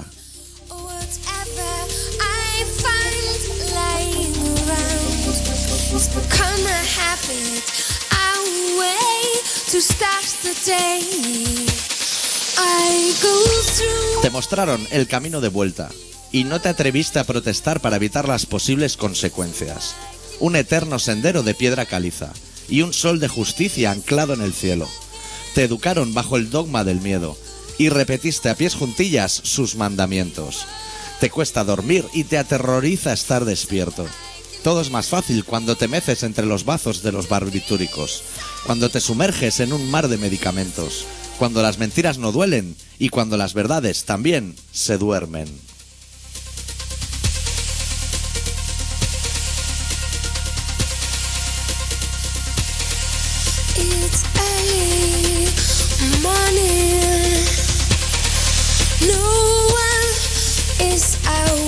Speaker 4: Whatever I find lying around has become a habit, a way to start the day. I go through
Speaker 1: Te mostraron el camino de vuelta y no te atreviste a protestar para evitar las posibles consecuencias. Un eterno sendero de piedra caliza y un sol de justicia anclado en el cielo. Te educaron bajo el dogma del miedo y repetiste a pies juntillas sus mandamientos. Te cuesta dormir y te aterroriza estar despierto. Todo es más fácil cuando te meces entre los bazos de los barbitúricos, cuando te sumerges en un mar de medicamentos, cuando las mentiras no duelen y cuando las verdades también se duermen.
Speaker 4: It's early morning. No one is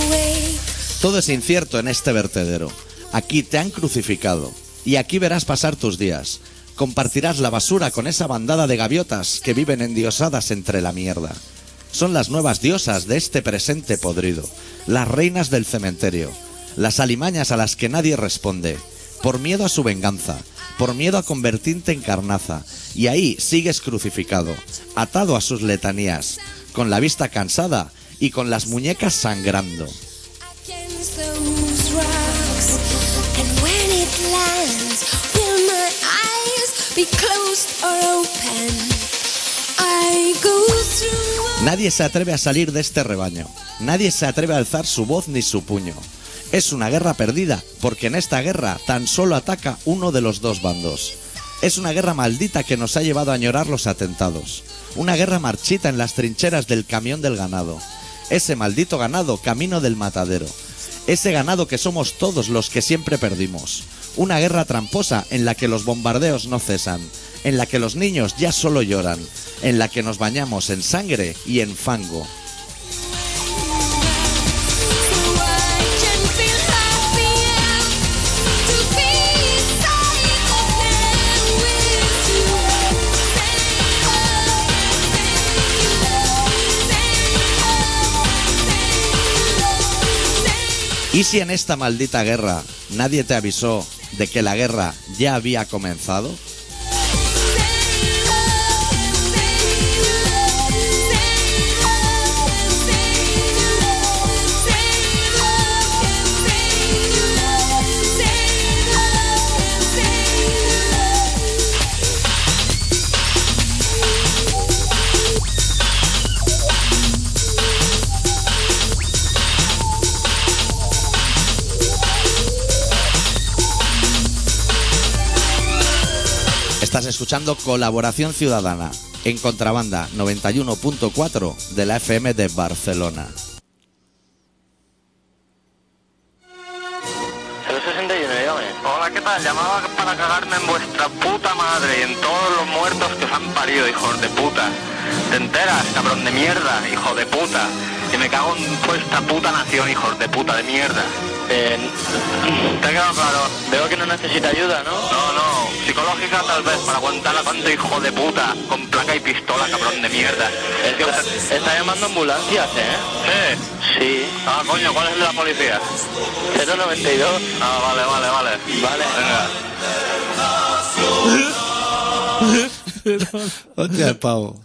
Speaker 4: awake.
Speaker 1: Todo es incierto en este vertedero. Aquí te han crucificado y aquí verás pasar tus días. Compartirás la basura con esa bandada de gaviotas que viven endiosadas entre la mierda. Son las nuevas diosas de este presente podrido, las reinas del cementerio, las alimañas a las que nadie responde, por miedo a su venganza, por miedo a convertirte en carnaza, y ahí sigues crucificado, atado a sus letanías, con la vista cansada y con las muñecas sangrando.
Speaker 4: against those rocks. And when it lands, will my eyes be closed or open? I go through.
Speaker 1: Nadie se atreve a salir de este rebaño. Nadie se atreve a alzar su voz ni su puño. Es una guerra perdida, porque en esta guerra tan solo ataca uno de los dos bandos. Es una guerra maldita que nos ha llevado a añorar los atentados. Una guerra marchita en las trincheras del camión del ganado. Ese maldito ganado camino del matadero. Ese ganado que somos todos los que siempre perdimos. Una guerra tramposa en la que los bombardeos no cesan, en la que los niños ya solo lloran, en la que nos bañamos en sangre y en fango.
Speaker 4: I can feel happier to be
Speaker 1: ¿Y si en esta maldita guerra nadie te avisó de que la guerra ya había comenzado? Estás escuchando Colaboración Ciudadana en Contrabanda 91.4 de la FM de Barcelona.
Speaker 5: El 61, dígame. Hola, ¿qué tal? Llamaba para cagarme en vuestra puta madre y en todos los muertos que os han parido, hijos de puta. ¿Te enteras, cabrón de mierda, hijo de puta? Y me cago en vuestra puta nación, hijos de puta de mierda. ¿Te ha quedado claro? Veo que no necesita ayuda, ¿no? No, no. Psicológica tal vez, para aguantar la cuanta hijo de puta, con placa y pistola, cabrón de mierda. Es que está, llamando ambulancias, ¿eh? Sí. Sí. Ah, coño, ¿cuál es el de la policía? 092. Ah, vale, vale, vale. Vale.
Speaker 1: Hostia, el pavo.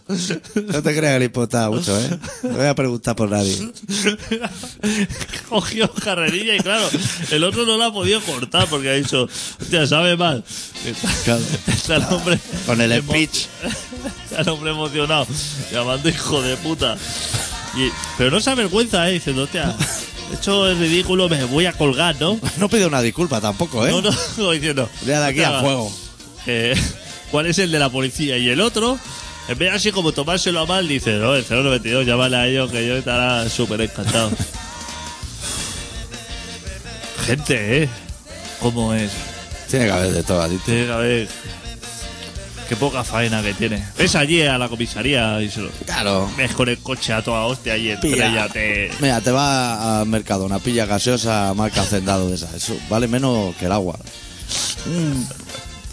Speaker 1: No te creas que le importaba mucho, ¿eh? No voy a preguntar por nadie.
Speaker 2: Cogió carrerilla y claro, el otro no la ha podido cortar porque ha dicho, hostia, sabe mal. Está, está el hombre.
Speaker 1: Con el
Speaker 2: emo-
Speaker 1: speech.
Speaker 2: Está el hombre emocionado, llamando hijo de puta. Y- pero no se avergüenza, ¿eh? Diciendo, hostia, esto es ridículo, me voy a colgar, ¿no?
Speaker 1: No pidió una disculpa tampoco, ¿eh?
Speaker 2: No, no, como diciendo.
Speaker 1: Ya de aquí
Speaker 2: "Hostia,
Speaker 1: a juego.
Speaker 2: eh, cuál es el de la policía y el otro, en vez de así como tomárselo a mal, dice, no, el 092, llámale a ellos que yo estará súper encantado. Gente, ¿eh? ¿Cómo es?
Speaker 1: Tiene que haber de todo, tío.
Speaker 2: Tiene que haber- Qué poca faena que tiene. Ves allí a la comisaría y se lo...
Speaker 1: Claro.
Speaker 2: Ves con el coche a toda hostia
Speaker 1: Pilla.
Speaker 2: y estrellate.
Speaker 1: Mira, te va a Mercadona, pilla gaseosa marca Hacendado de esa. Eso vale menos que el agua. Mm,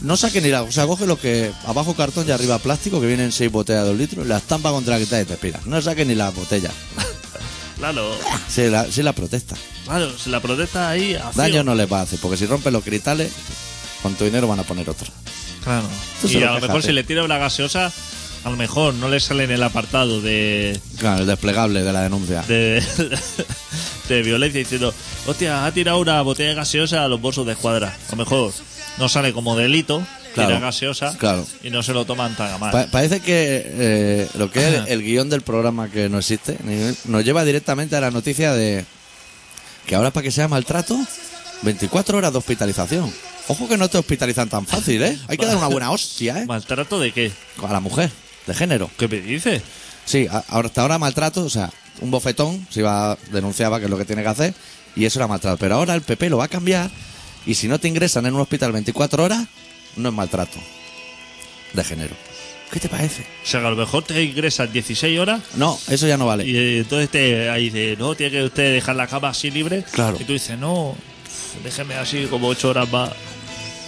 Speaker 1: No saque ni la... O sea, coge lo que... Abajo cartón y arriba plástico, que vienen seis botellas de dos litros, y la estampa contra la guitarra y te expira. No saque ni las botellas.
Speaker 2: Claro,
Speaker 1: Sí, la, sí la protesta.
Speaker 2: claro, se la protesta ahí. a
Speaker 1: Daño
Speaker 2: ciego.
Speaker 1: no les va a hacer, porque si rompen los cristales, con tu dinero van a poner otro.
Speaker 2: Claro.
Speaker 1: Tú
Speaker 2: Y
Speaker 1: solo
Speaker 2: a lo mejor
Speaker 1: quéjate.
Speaker 2: si le tira una gaseosa, a lo mejor no le sale en el apartado de,
Speaker 1: Claro, el desplegable de la denuncia.
Speaker 2: de, de violencia diciendo, hostia, ha tirado una botella de gaseosa a los bolsos de escuadra. A lo mejor no sale como delito,
Speaker 1: Claro,
Speaker 2: tira gaseosa
Speaker 1: claro.
Speaker 2: y no se lo toman tan a mal.
Speaker 1: Pa- parece que eh, lo que es
Speaker 2: Ah. Ajá.
Speaker 1: el guión del programa que no existe ni- nos lleva directamente a la noticia de que ahora para que sea maltrato, 24 horas de hospitalización. Ojo que no te hospitalizan tan fácil, ¿eh? Hay que dar una buena hostia, ¿eh?
Speaker 2: ¿Maltrato de qué?
Speaker 1: A la mujer, de género.
Speaker 2: ¿Qué me dices?
Speaker 1: Sí, a- ahora- hasta ahora maltrato, o sea, un bofetón se iba, denunciaba que es lo que tiene que hacer y eso era maltrato. Pero ahora el PP lo va a cambiar y si no te ingresan en un hospital 24 horas, no es maltrato de género. ¿Qué te parece?
Speaker 2: O sea, que a lo mejor te ingresan 16 horas
Speaker 1: No, eso ya no vale.
Speaker 2: y eh, entonces te ahí dice, no, tiene que usted dejar la cama así libre.
Speaker 1: Claro.
Speaker 2: Y tú dices, no, déjeme así como 8 horas más.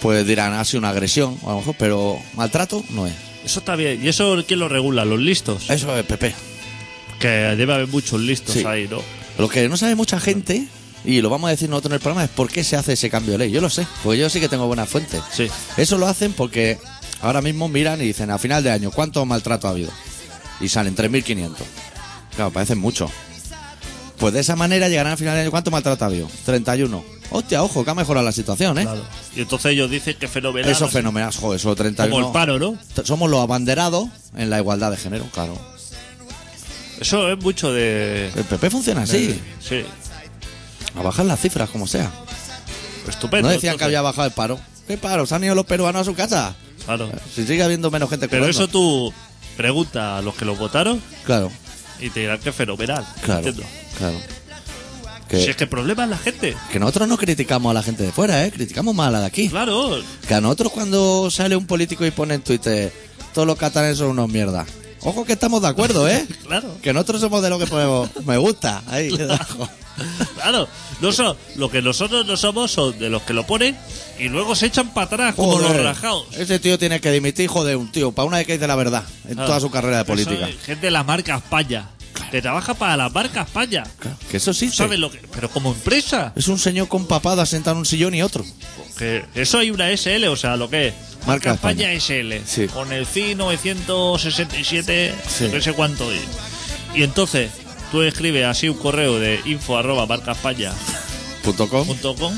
Speaker 1: Pues dirán, ha sido una agresión, a lo mejor, pero maltrato no es.
Speaker 2: Eso está bien. ¿Y eso quién lo regula? Los listos.
Speaker 1: Eso es PP.
Speaker 2: Que debe haber muchos listos
Speaker 1: Eh. Sí. Eh.
Speaker 2: ahí, ¿no?
Speaker 1: Lo que no sabe mucha gente, y lo vamos a decir nosotros en el programa, es por qué se hace ese cambio de ley. Yo lo sé, porque yo sí que tengo buenas fuentes.
Speaker 2: Sí.
Speaker 1: Eso lo hacen porque ahora mismo miran y dicen, a final de año, ¿cuánto maltrato ha habido? Y salen 3.500. Claro, parecen mucho. Pues de esa manera llegarán a final de año, ¿cuánto maltrato ha habido? 31. Hostia, ojo, que ha mejorado la situación, ¿eh?
Speaker 2: Claro. Y entonces ellos dicen que fenomenal.
Speaker 1: Eso
Speaker 2: no
Speaker 1: es
Speaker 2: sé,
Speaker 1: fenomenal, joder, eso 31.
Speaker 2: Como el paro, ¿no?
Speaker 1: Somos los abanderados en la igualdad de género, claro.
Speaker 2: Eso es mucho de.
Speaker 1: El PP funciona así.
Speaker 2: Sí.
Speaker 1: A bajar las cifras, como sea.
Speaker 2: Estupendo.
Speaker 1: no decían
Speaker 2: eh, entonces.
Speaker 1: que había bajado el paro. ¿Qué paro? ¿Se han ido los peruanos a su casa?
Speaker 2: Claro.
Speaker 1: Si sigue habiendo menos gente
Speaker 2: Pero
Speaker 1: currando.
Speaker 2: eso tú pregunta a los que lo votaron
Speaker 1: Claro,
Speaker 2: y te dirán que es fenomenal.
Speaker 1: claro.
Speaker 2: Entiendo.
Speaker 1: claro. Que,
Speaker 2: Si es que el problema es la gente.
Speaker 1: que nosotros no criticamos a la gente de fuera, ¿eh? Criticamos más a la de aquí.
Speaker 2: Claro.
Speaker 1: Que a nosotros cuando sale un político y pone en Twitter todos los catalanes son unos mierda. Ojo que estamos de acuerdo, ¿eh?
Speaker 2: Claro.
Speaker 1: Que nosotros somos de lo que ponemos. Me gusta. Ahí.
Speaker 2: Claro. No son- lo que nosotros no somos son de los que lo ponen y luego se echan para atrás como
Speaker 1: Joder,
Speaker 2: los rajados.
Speaker 1: Ese tío tiene que dimitir, hijo de un tío, para una vez que dice la verdad en
Speaker 2: Claro.
Speaker 1: toda su carrera de
Speaker 2: Ah, Eso
Speaker 1: política.
Speaker 2: es gente de la marca España. que trabaja para la marca España.
Speaker 1: Claro, que eso sí.
Speaker 2: ¿Sabes lo que? Pero como empresa.
Speaker 1: Es un señor con papada sentado en un sillón y otro.
Speaker 2: Que eso hay una SL, o sea, lo que es.
Speaker 1: Marca
Speaker 2: España, SL.
Speaker 1: Sí.
Speaker 2: Con el CI 967,
Speaker 1: Sí.
Speaker 2: no sé cuánto es. Y entonces, tú escribes así un correo de info arroba marcaespaña.com
Speaker 1: Punto com.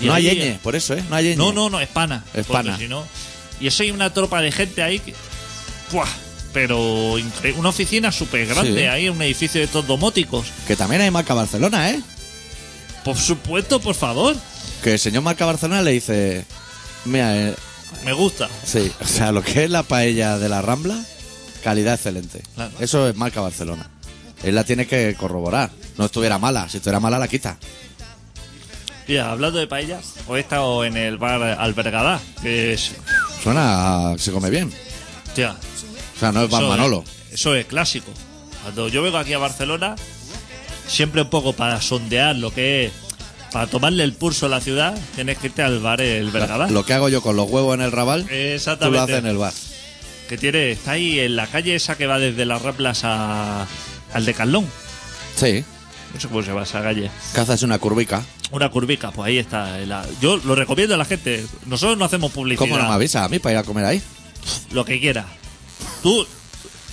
Speaker 2: y
Speaker 1: No hay
Speaker 2: allí-
Speaker 1: ñ, por eso, ¿eh? No hay ñ.
Speaker 2: No, no, no, es pana.
Speaker 1: Es
Speaker 2: porque
Speaker 1: pana.
Speaker 2: si no- y eso hay una tropa de gente ahí que. ¡Buah! Pero incre- una oficina súper grande
Speaker 1: Sí.
Speaker 2: ahí, un edificio de estos domóticos.
Speaker 1: Que también hay marca Barcelona, ¿eh?
Speaker 2: Por supuesto, por favor.
Speaker 1: Que el señor marca Barcelona le dice. Mira, eh,
Speaker 2: Me gusta.
Speaker 1: sí. O sea, lo que es la paella de la Rambla, calidad excelente.
Speaker 2: Claro.
Speaker 1: Eso es marca Barcelona. Él la tiene que corroborar. No estuviera mala. Si estuviera mala, la quita.
Speaker 2: Mira, hablando de paellas, hoy he estado en el bar Albergadá, que es.
Speaker 1: Suena. a- Se come bien.
Speaker 2: Tía,
Speaker 1: O sea, no es Van
Speaker 2: eso
Speaker 1: Manolo.
Speaker 2: Es, eso es clásico. Cuando yo vengo aquí a Barcelona, siempre un poco para sondear lo que es. Para tomarle el pulso a la ciudad, tienes que irte al bar El Bergadá.
Speaker 1: Lo que hago yo con los huevos en el rabal, tú lo
Speaker 2: Exactamente.
Speaker 1: haces en el bar.
Speaker 2: que tiene, está ahí en la calle esa que va desde las Raplas a, al Decalón.
Speaker 1: Sí.
Speaker 2: No sé cómo se llama esa calle.
Speaker 1: Cazas una curvica.
Speaker 2: Una curvica, pues ahí está. la- yo lo recomiendo a la gente. Nosotros no hacemos publicidad.
Speaker 1: ¿Cómo no me avisas a mí para ir a comer ahí?
Speaker 2: Lo que quiera. Tú,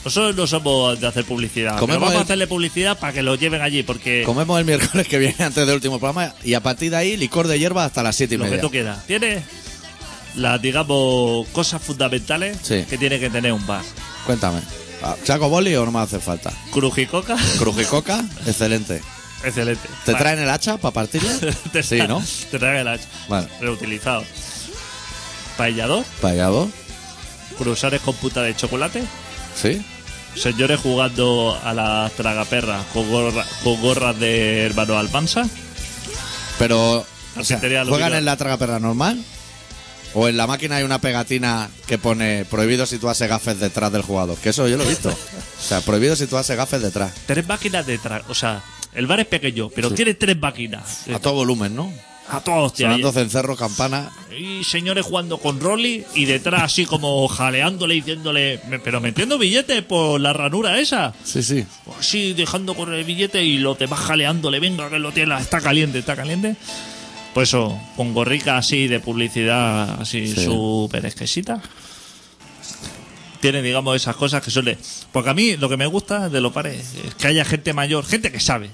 Speaker 2: nosotros no somos de hacer publicidad. Pero
Speaker 1: Comemos
Speaker 2: vamos a
Speaker 1: el-
Speaker 2: hacerle publicidad para que lo lleven allí, porque
Speaker 1: Comemos el miércoles que viene antes del último programa y a partir de ahí licor de hierba hasta las siete y
Speaker 2: lo que
Speaker 1: media.
Speaker 2: tú quieras. Tiene las, digamos, cosas fundamentales
Speaker 1: Sí.
Speaker 2: que tiene que tener un bar.
Speaker 1: Cuéntame. Ah, ¿Saco boli o no me hace falta?
Speaker 2: Crujicoca,
Speaker 1: Crujicoca, excelente.
Speaker 2: excelente.
Speaker 1: ¿Te
Speaker 2: Vale.
Speaker 1: traen el hacha para partirla?
Speaker 2: Te
Speaker 1: sí,
Speaker 2: tra-
Speaker 1: ¿no?
Speaker 2: Te traen el hacha.
Speaker 1: Vale.
Speaker 2: Reutilizado. Paellador,
Speaker 1: Pagado.
Speaker 2: cruzares con puta de chocolate,
Speaker 1: Sí.
Speaker 2: señores jugando a las tragaperras con, gorra- con gorras de hermano Almansa.
Speaker 1: Pero. O sea,
Speaker 2: Carpintería
Speaker 1: ¿Juegan
Speaker 2: alucinante.
Speaker 1: en la tragaperra normal? ¿O en la máquina hay una pegatina que pone prohibido situarse gafes detrás del jugador? Que eso yo lo he visto. O sea, prohibido situarse gafes detrás.
Speaker 2: Tres máquinas detrás. O sea, el bar es pequeño, pero tiene tres máquinas.
Speaker 1: A todo volumen, ¿no?
Speaker 2: A todos, tío.
Speaker 1: Sonando cencerros, campana.
Speaker 2: Y señores jugando con Rolly y detrás así como jaleándole y diciéndole, "Me- pero metiendo billetes por la ranura esa.
Speaker 1: Sí, sí.
Speaker 2: así dejando correr el billete y lo te vas jaleándole, venga que lo tiene, está caliente, está caliente. Pues eso, con gorrica así de publicidad así
Speaker 1: Sí.
Speaker 2: súper exquisita. Tiene, digamos, esas cosas que suele. Porque a mí lo que me gusta de los pares es que haya gente mayor, gente que sabe.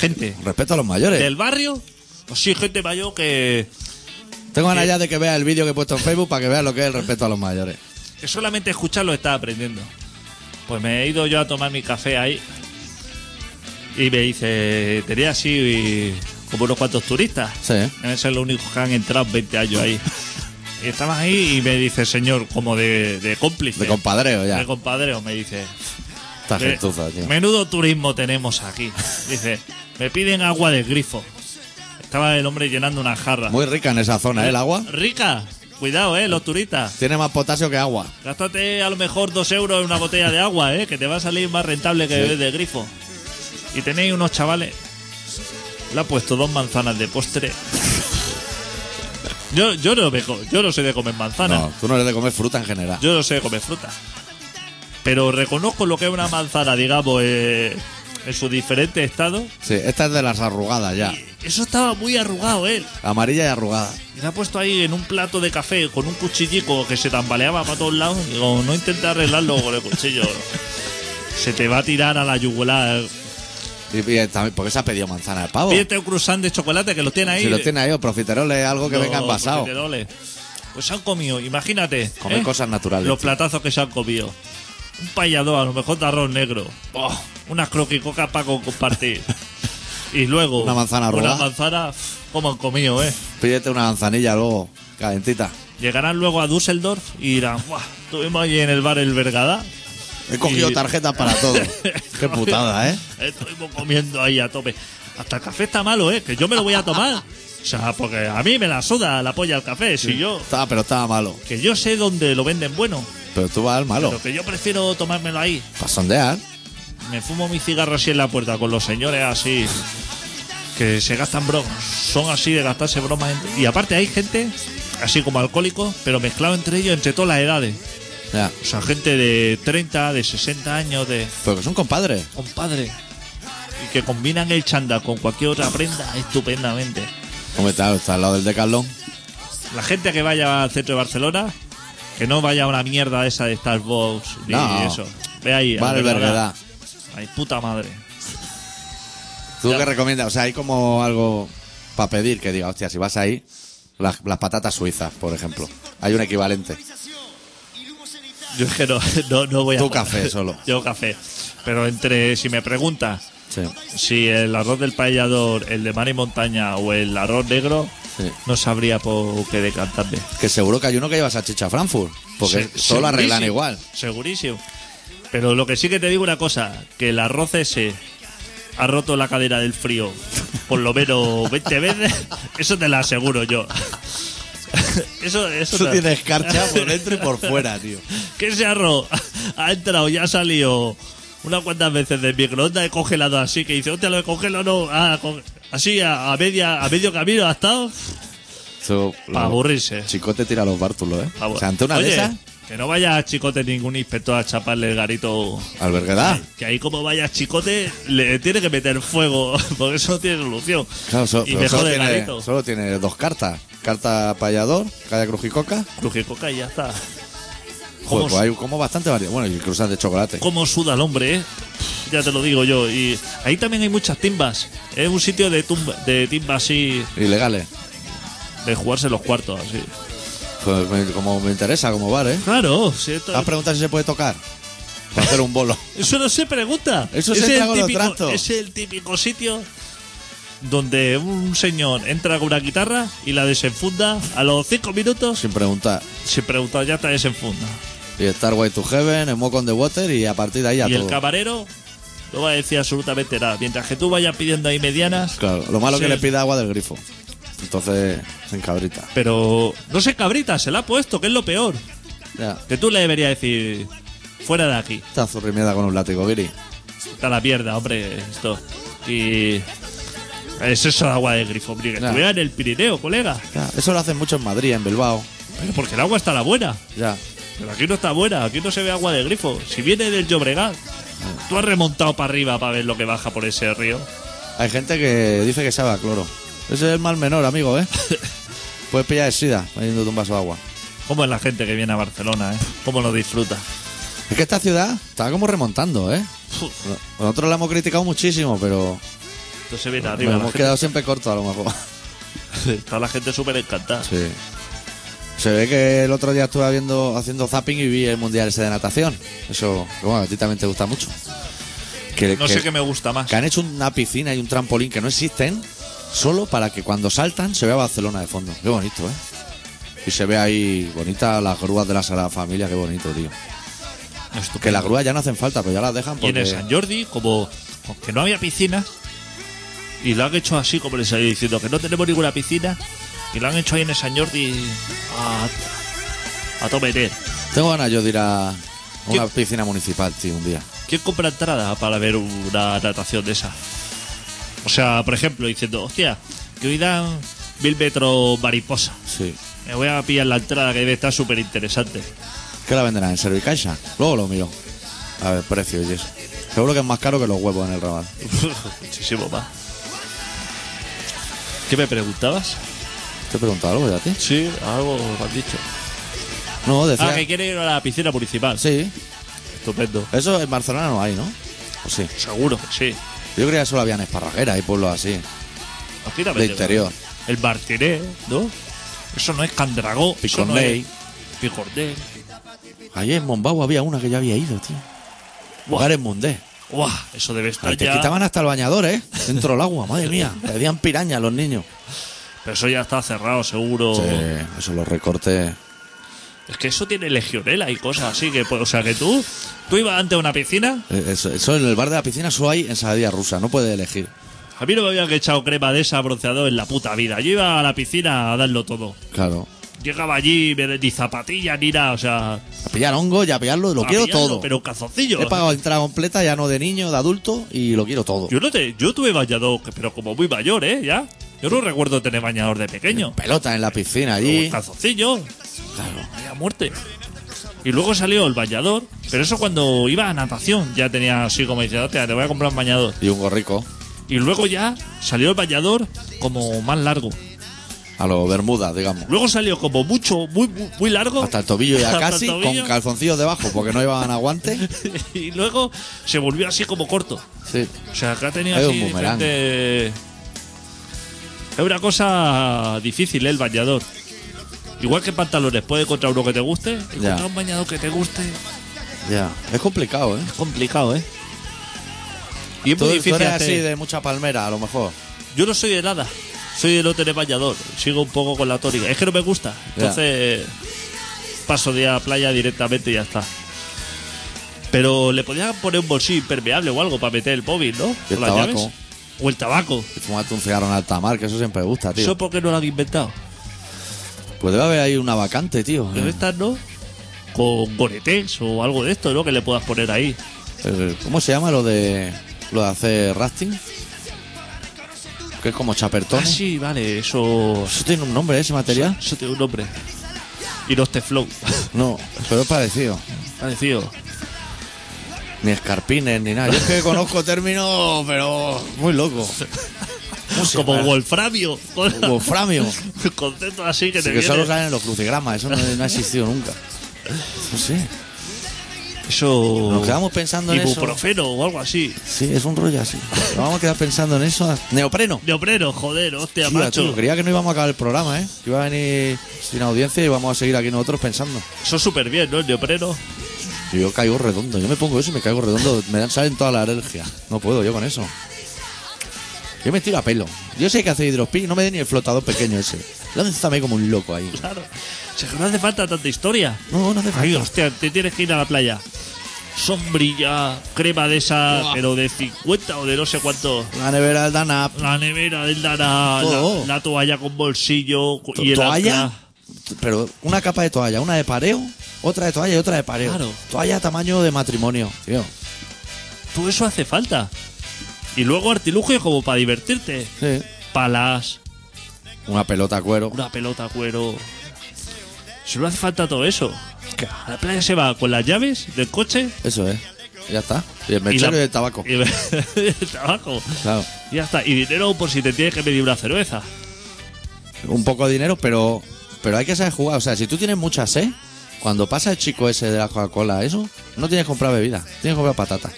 Speaker 2: gente
Speaker 1: Respeto a los mayores.
Speaker 2: del barrio, pues sí, gente mayor que,
Speaker 1: Tengo ganas ya de que vea el vídeo que he puesto en Facebook para que veas lo que es el respeto a los mayores.
Speaker 2: que solamente escucharlo está aprendiendo. Pues me he ido yo a tomar mi café ahí y me dice, tenía así y- como unos cuantos turistas.
Speaker 1: Sí.
Speaker 2: Deben ser los únicos que han entrado en 20 años ahí. Y estaban ahí y me dice, señor, como de, de cómplice.
Speaker 1: De compadreo ya.
Speaker 2: De compadreo, me dice.
Speaker 1: Esta
Speaker 2: "Me-
Speaker 1: gentuza, tío.
Speaker 2: Menudo turismo tenemos aquí. Dice, me piden agua de grifo. Estaba el hombre llenando una jarra.
Speaker 1: Muy rica en esa zona, ¿eh? El agua.
Speaker 2: Rica. Cuidado, eh, los turistas.
Speaker 1: Tiene más potasio que agua.
Speaker 2: Gástate a lo mejor dos euros en una botella de agua, ¿eh? que te va a salir más rentable que beber de grifo. Y tenéis unos chavales. Le ha puesto dos manzanas de postre. Yo, yo, no, me co- yo no sé de comer manzanas.
Speaker 1: No, tú no eres de comer fruta en general.
Speaker 2: Yo no sé de comer fruta. Pero reconozco lo que es una manzana, digamos, eh, en su diferente estado.
Speaker 1: Sí, esta es de las arrugadas ya.
Speaker 2: Eso estaba muy arrugado, ¿eh?
Speaker 1: Amarilla y arrugada.
Speaker 2: Y la ha puesto ahí en un plato de café con un cuchillico que se tambaleaba para todos lados. Digo, no intenta arreglarlo con el cuchillo. Se te va a tirar a la yugular.
Speaker 1: Y, y también- ¿Por qué se ha pedido manzana de pavo?
Speaker 2: Pídete un croissant de chocolate que lo tiene ahí.
Speaker 1: Si Oh. lo tiene ahí, o profiteroles, algo que
Speaker 2: Los
Speaker 1: venga envasado.
Speaker 2: profiteroles. Pues se han comido, imagínate.
Speaker 1: Comer
Speaker 2: ¿eh?
Speaker 1: cosas naturales.
Speaker 2: Los platazos que se han comido. Un payador, a lo mejor de arroz negro. Oh, unas croquicocas para compartir. y luego.
Speaker 1: Una manzana
Speaker 2: Una
Speaker 1: arrugada.
Speaker 2: manzana. Como han comido, eh.
Speaker 1: Pídete una manzanilla luego, calentita.
Speaker 2: Llegarán luego a Düsseldorf y dirán, ¡guau! Estuvimos allí en el bar El Vergadá.
Speaker 1: He cogido
Speaker 2: Y-
Speaker 1: tarjetas para todo. Qué putada, ¿eh?
Speaker 2: Estuvimos comiendo ahí a tope. Hasta el café está malo, ¿eh? Que yo me lo voy a tomar. O sea, porque a mí me la suda la polla al café. Si yo.
Speaker 1: Estaba, pero estaba malo.
Speaker 2: Que yo sé dónde lo venden bueno.
Speaker 1: Pero tú vas al malo.
Speaker 2: Pero que yo prefiero tomármelo ahí.
Speaker 1: Para sondear.
Speaker 2: Me fumo mi cigarro así en la puerta con los señores así. Que se gastan bromas. Son así de gastarse bromas. entre- Y aparte hay gente, así como alcohólicos, pero mezclado entre ellos, entre todas las edades.
Speaker 1: Ya.
Speaker 2: O sea, gente de 30, de 60 años, de
Speaker 1: Pero que son compadres.
Speaker 2: compadre. Y que combinan el chándal con cualquier otra prenda estupendamente.
Speaker 1: Hombre, está, está al lado del Decathlon.
Speaker 2: La gente que vaya al centro de Barcelona, que no vaya a una mierda esa de Starbucks ni
Speaker 1: No.
Speaker 2: eso. Ve ahí. a
Speaker 1: Vale, verdad.
Speaker 2: Ay, puta madre.
Speaker 1: ¿Tú
Speaker 2: Ya.
Speaker 1: qué recomiendas? O sea, hay como algo para pedir que diga, hostia, si vas ahí, las, las patatas suizas, por ejemplo. Hay un equivalente.
Speaker 2: Yo es que no, no, no voy a...
Speaker 1: Tú café solo.
Speaker 2: Yo café. Pero entre, si me preguntas
Speaker 1: Sí.
Speaker 2: si el arroz del paellador, el de mar y montaña o el arroz negro,
Speaker 1: Sí.
Speaker 2: no sabría por qué decantarme.
Speaker 1: Que seguro que hay uno que lleva salchicha Frankfurt. Porque
Speaker 2: Se-
Speaker 1: todo lo arreglan
Speaker 2: segurísimo,
Speaker 1: igual.
Speaker 2: Segurísimo. Pero lo que sí que te digo una cosa, que el arroz ese ha roto la cadera del frío por lo menos 20 veces, eso te lo aseguro yo. Eso, eso,
Speaker 1: Eso
Speaker 2: te-
Speaker 1: tiene escarcha por dentro y por fuera, tío.
Speaker 2: Que ese arroz ha entrado y ha salido unas cuantas veces del microondas he congelado así, que dice, hostia, lo he congelado, no, ah, con- así a, a media, a medio camino ha estado
Speaker 1: Eso,
Speaker 2: para
Speaker 1: lo-
Speaker 2: aburrirse.
Speaker 1: Chicote tira los bártulos, ¿eh?
Speaker 2: Pa' aburrir.
Speaker 1: O sea, ante una
Speaker 2: Oye,
Speaker 1: de esas,
Speaker 2: Que no vaya chicote ningún inspector a chaparle el garito
Speaker 1: alberguedad.
Speaker 2: Que ahí como vaya chicote, le tiene que meter fuego, porque eso no tiene solución.
Speaker 1: Claro, so-
Speaker 2: y
Speaker 1: pero
Speaker 2: mejor
Speaker 1: solo,
Speaker 2: de
Speaker 1: tiene,
Speaker 2: garito.
Speaker 1: solo tiene dos cartas. Carta payador, calla crujicoca.
Speaker 2: Crujicoca y ya está.
Speaker 1: Joder,
Speaker 2: ¿Cómo,
Speaker 1: pues hay como bastante variedad. Bueno, y cruzas de chocolate.
Speaker 2: cómo suda el hombre, eh? Ya te lo digo yo. Y ahí también hay muchas timbas. Es un sitio de, tumba, de timbas así,
Speaker 1: Ilegales.
Speaker 2: de jugarse los cuartos así.
Speaker 1: Pues me- como me interesa, como bar, ¿eh?
Speaker 2: Claro, si esto-
Speaker 1: Has preguntado si se puede tocar. Para hacer un bolo.
Speaker 2: Eso no se pregunta.
Speaker 1: Eso se
Speaker 2: es
Speaker 1: entra
Speaker 2: el
Speaker 1: con los
Speaker 2: típico,
Speaker 1: trastos.
Speaker 2: Es el típico sitio donde un señor entra con una guitarra y la desenfunda a los cinco minutos
Speaker 1: Sin preguntar.
Speaker 2: sin preguntar, ya está desenfunda.
Speaker 1: Y Star Way to Heaven, el Mock on the Water y a partir de ahí a
Speaker 2: y el
Speaker 1: todo.
Speaker 2: camarero no va a decir absolutamente nada. Mientras que tú vayas pidiendo ahí medianas.
Speaker 1: Claro, lo malo es que
Speaker 2: Sí.
Speaker 1: le pida agua del grifo. Entonces, se encabrita.
Speaker 2: Pero no se cabrita, se la ha puesto, que es lo peor.
Speaker 1: Ya.
Speaker 2: Que tú le deberías decir, fuera de aquí,
Speaker 1: Está zurrimiada con un látigo, Giri.
Speaker 2: está la mierda, hombre, esto. Y. Es eso de agua de grifo, hombre, que
Speaker 1: Ya.
Speaker 2: estuviera en el Pirineo, colega.
Speaker 1: Ya, Eso lo hacen mucho en Madrid, en Bilbao.
Speaker 2: Pero porque el agua está la buena.
Speaker 1: Ya.
Speaker 2: Pero aquí no está buena, aquí no se ve agua de grifo. Si viene del Llobregat, tú has remontado para arriba para ver lo que baja por ese río.
Speaker 1: Hay gente que dice que sabe a cloro. Ese es el mal menor, amigo, ¿eh? Puedes pillar el sida poniéndote un vaso de agua.
Speaker 2: ¿Cómo es la gente que viene a Barcelona, eh? ¿Cómo lo disfruta?
Speaker 1: Es que esta ciudad está como remontando, ¿eh?
Speaker 2: Uf.
Speaker 1: Nosotros la hemos criticado muchísimo, pero
Speaker 2: Entonces viene
Speaker 1: nos
Speaker 2: arriba.
Speaker 1: hemos
Speaker 2: La gente,
Speaker 1: quedado siempre corto a lo mejor.
Speaker 2: está la gente súper encantada.
Speaker 1: Sí. Se ve que el otro día estuve viendo, haciendo zapping y vi el mundial ese de natación. Eso, que, bueno, a ti también te gusta mucho. Que,
Speaker 2: No
Speaker 1: que-
Speaker 2: sé qué me gusta más.
Speaker 1: que han hecho una piscina y un trampolín que no existen, solo para que cuando saltan se vea Barcelona de fondo. Qué bonito, ¿eh? Y se ve ahí bonita las grúas de la Sagrada Familia, qué bonito, tío.
Speaker 2: Estupendo.
Speaker 1: Que las grúas ya no hacen falta, pero ya las dejan
Speaker 2: Y en
Speaker 1: porque...
Speaker 2: el San Jordi, como, como que no había piscinas, y lo han hecho así, como les he ido diciendo, que no tenemos ninguna piscina, y lo han hecho ahí en el San Jordi a, a tomete.
Speaker 1: Tengo ganas yo de ir a una
Speaker 2: ¿Qué?
Speaker 1: piscina municipal, tío, un día.
Speaker 2: ¿Quién compra entrada para ver una natación de esa? O sea, por ejemplo, diciendo, hostia, que hoy dan mil metros mariposa.
Speaker 1: Sí.
Speaker 2: Me voy a pillar la entrada que debe estar súper interesante.
Speaker 1: ¿Qué la venderán? ¿En Servicaixa? Luego lo miro. A ver, precio y eso. Seguro que es más caro que los huevos en el rabal.
Speaker 2: Muchísimo más. ¿Qué me preguntabas?
Speaker 1: ¿Te he preguntado algo ya a ti?
Speaker 2: Sí, algo me has dicho.
Speaker 1: No, decía...
Speaker 2: Ah, que quiere ir a la piscina municipal.
Speaker 1: Sí.
Speaker 2: Estupendo.
Speaker 1: Eso en Barcelona no hay, ¿no? Pues sí.
Speaker 2: Seguro que sí.
Speaker 1: Yo creía que solo había en Esparraguera y pueblos así.
Speaker 2: Aquí
Speaker 1: De
Speaker 2: también tenemos.
Speaker 1: interior.
Speaker 2: El Martinet, ¿no? Eso no es Candragó. eso no
Speaker 1: Picornell.
Speaker 2: es Picornell.
Speaker 1: Ayer en Mombau había una que ya había ido, tío.
Speaker 2: Buah.
Speaker 1: Hogares Mundé.
Speaker 2: Buah, eso debe estar
Speaker 1: Ahí Te
Speaker 2: ya.
Speaker 1: quitaban hasta el bañador, ¿eh? Dentro del agua, madre mía. Pedían piraña los niños.
Speaker 2: Pero eso ya está cerrado, seguro.
Speaker 1: Sí, eso los recortes.
Speaker 2: Es que eso tiene legionela y cosas así. que pues, O sea, que tú, tú ibas ante una piscina.
Speaker 1: Eh, Eso, eso en el bar de la piscina solo hay ensaladilla rusa, no puedes elegir.
Speaker 2: A mí no me habían echado crema de esa bronceador en la puta vida. Yo iba a la piscina a darlo todo.
Speaker 1: Claro.
Speaker 2: Llegaba allí, me- ni zapatillas ni nada. O sea,
Speaker 1: A pillar hongo y a pillarlo, lo
Speaker 2: a
Speaker 1: quiero
Speaker 2: pillarlo,
Speaker 1: todo.
Speaker 2: Pero un calzoncillo.
Speaker 1: He pagado entrada completa, ya no de niño, de adulto, y lo quiero todo.
Speaker 2: Yo no te, yo tuve bañador, que- pero como muy mayor, ¿eh? Ya. Yo no recuerdo tener bañador de pequeño.
Speaker 1: Pelota en la piscina
Speaker 2: Pero Un
Speaker 1: allí.
Speaker 2: calzoncillo.
Speaker 1: Claro.
Speaker 2: Vaya muerte. Y Y luego salió el bañador, pero eso cuando iba a natación ya tenía así como diciendo, "Hostia, te voy a comprar un bañador.
Speaker 1: Y un gorrico
Speaker 2: Y luego ya salió el bañador como más largo.
Speaker 1: a los Bermudas, digamos.
Speaker 2: Luego salió como mucho, muy, muy, muy largo.
Speaker 1: Hasta el tobillo ya
Speaker 2: Hasta el
Speaker 1: casi,
Speaker 2: tobillo.
Speaker 1: con calzoncillos debajo, porque no llevaban aguante.
Speaker 2: y luego se volvió así como corto.
Speaker 1: Sí.
Speaker 2: O sea, que ha tenido
Speaker 1: Es
Speaker 2: así
Speaker 1: un boomerang.
Speaker 2: diferentes- Es una cosa difícil, ¿eh? el bañador. Igual que pantalones, puedes encontrar uno que te guste. Encontrar un bañador que te guste
Speaker 1: Ya. Es complicado, ¿eh?
Speaker 2: es complicado, ¿eh? Y es
Speaker 1: Tú,
Speaker 2: muy
Speaker 1: tú
Speaker 2: difícil.
Speaker 1: eres
Speaker 2: hacer-
Speaker 1: así de mucha palmera, a lo mejor.
Speaker 2: Yo no soy de nada. Soy del hotel de bañador. Sigo un poco con la tónica. Es que no me gusta.
Speaker 1: Ya.
Speaker 2: Entonces paso de a playa directamente y ya está. Pero le podías poner un bolsillo impermeable o algo para meter el móvil, ¿no?
Speaker 1: Y el
Speaker 2: Con las
Speaker 1: tabaco.
Speaker 2: llaves. O el tabaco.
Speaker 1: Y Fumarte un cigarro en alta mar, que eso siempre gusta, tío.
Speaker 2: Eso porque no lo han inventado.
Speaker 1: Pues debe haber ahí una vacante, tío.
Speaker 2: Pero estas no. Con goretex o algo de esto, ¿no? Que le puedas poner ahí.
Speaker 1: Eh, ¿Cómo se llama lo de lo de hacer rafting? Que es como
Speaker 2: Ah,
Speaker 1: chapertón.
Speaker 2: sí, vale, eso.
Speaker 1: Eso tiene un nombre, ¿eh? ese material.
Speaker 2: Eso tiene un nombre. Y los Teflon.
Speaker 1: No, pero es parecido.
Speaker 2: Parecido.
Speaker 1: Ni escarpines, ni nada. Yo es que conozco términos, pero muy loco.
Speaker 2: Como Wolframio.
Speaker 1: Wolframio.
Speaker 2: Concepto así que
Speaker 1: Sí,
Speaker 2: te
Speaker 1: que
Speaker 2: viene.
Speaker 1: solo salen en los crucigramas, eso no, no ha existido nunca. No sé.
Speaker 2: Eso.
Speaker 1: Nos quedamos pensando en eso.
Speaker 2: Ibuprofeno o algo así.
Speaker 1: Sí, es un rollo así. Nos vamos a quedar pensando en eso. Neopreno.
Speaker 2: Neopreno, joder, hostia,
Speaker 1: Tío,
Speaker 2: macho.
Speaker 1: tío, creía que no íbamos a acabar el programa, ¿eh? Que iba a venir sin audiencia y vamos a seguir aquí nosotros pensando.
Speaker 2: Eso súper bien, ¿no? El neopreno.
Speaker 1: Y Yo caigo redondo, yo me pongo eso y me caigo redondo, me dan salen todas las alergias. No puedo yo con eso. Yo me tiro a pelo. Yo sé que hace hidrospin, no me dé ni el flotador pequeño ese. Lánzame como un loco ahí.
Speaker 2: Claro. O sea, que no hace falta tanta historia.
Speaker 1: No, no hace
Speaker 2: Ay,
Speaker 1: falta.
Speaker 2: hostia, te tienes que ir a la playa. Sombrilla, crema de esa,
Speaker 1: Buah.
Speaker 2: pero de 50 o de no sé cuánto.
Speaker 1: La nevera del Danap.
Speaker 2: La nevera del Dana,
Speaker 1: Todo.
Speaker 2: la, la toalla con bolsillo
Speaker 1: to-
Speaker 2: y el
Speaker 1: Oh. toalla.
Speaker 2: ancla.
Speaker 1: Pero una capa de toalla, una de pareo, otra de toalla y otra de pareo.
Speaker 2: Claro.
Speaker 1: Toalla tamaño de matrimonio. Tío.
Speaker 2: Todo eso hace falta. Y luego artilugios como para divertirte.
Speaker 1: Sí.
Speaker 2: Palas,
Speaker 1: Una pelota a cuero.
Speaker 2: una pelota a cuero. Solo hace falta todo eso. A la playa se va con las llaves del coche
Speaker 1: Eso es. Ya está. Y el
Speaker 2: y,
Speaker 1: mechero y,
Speaker 2: la-
Speaker 1: el tabaco.
Speaker 2: Y el tabaco.
Speaker 1: Claro.
Speaker 2: Y ya está. Y dinero por si te tienes que pedir una cerveza.
Speaker 1: un poco de dinero, pero pero hay que saber jugar. O sea, si tú tienes mucha sed, cuando pasa el chico ese de la Coca-Cola, eso, no tienes que comprar bebida, tienes que comprar patatas.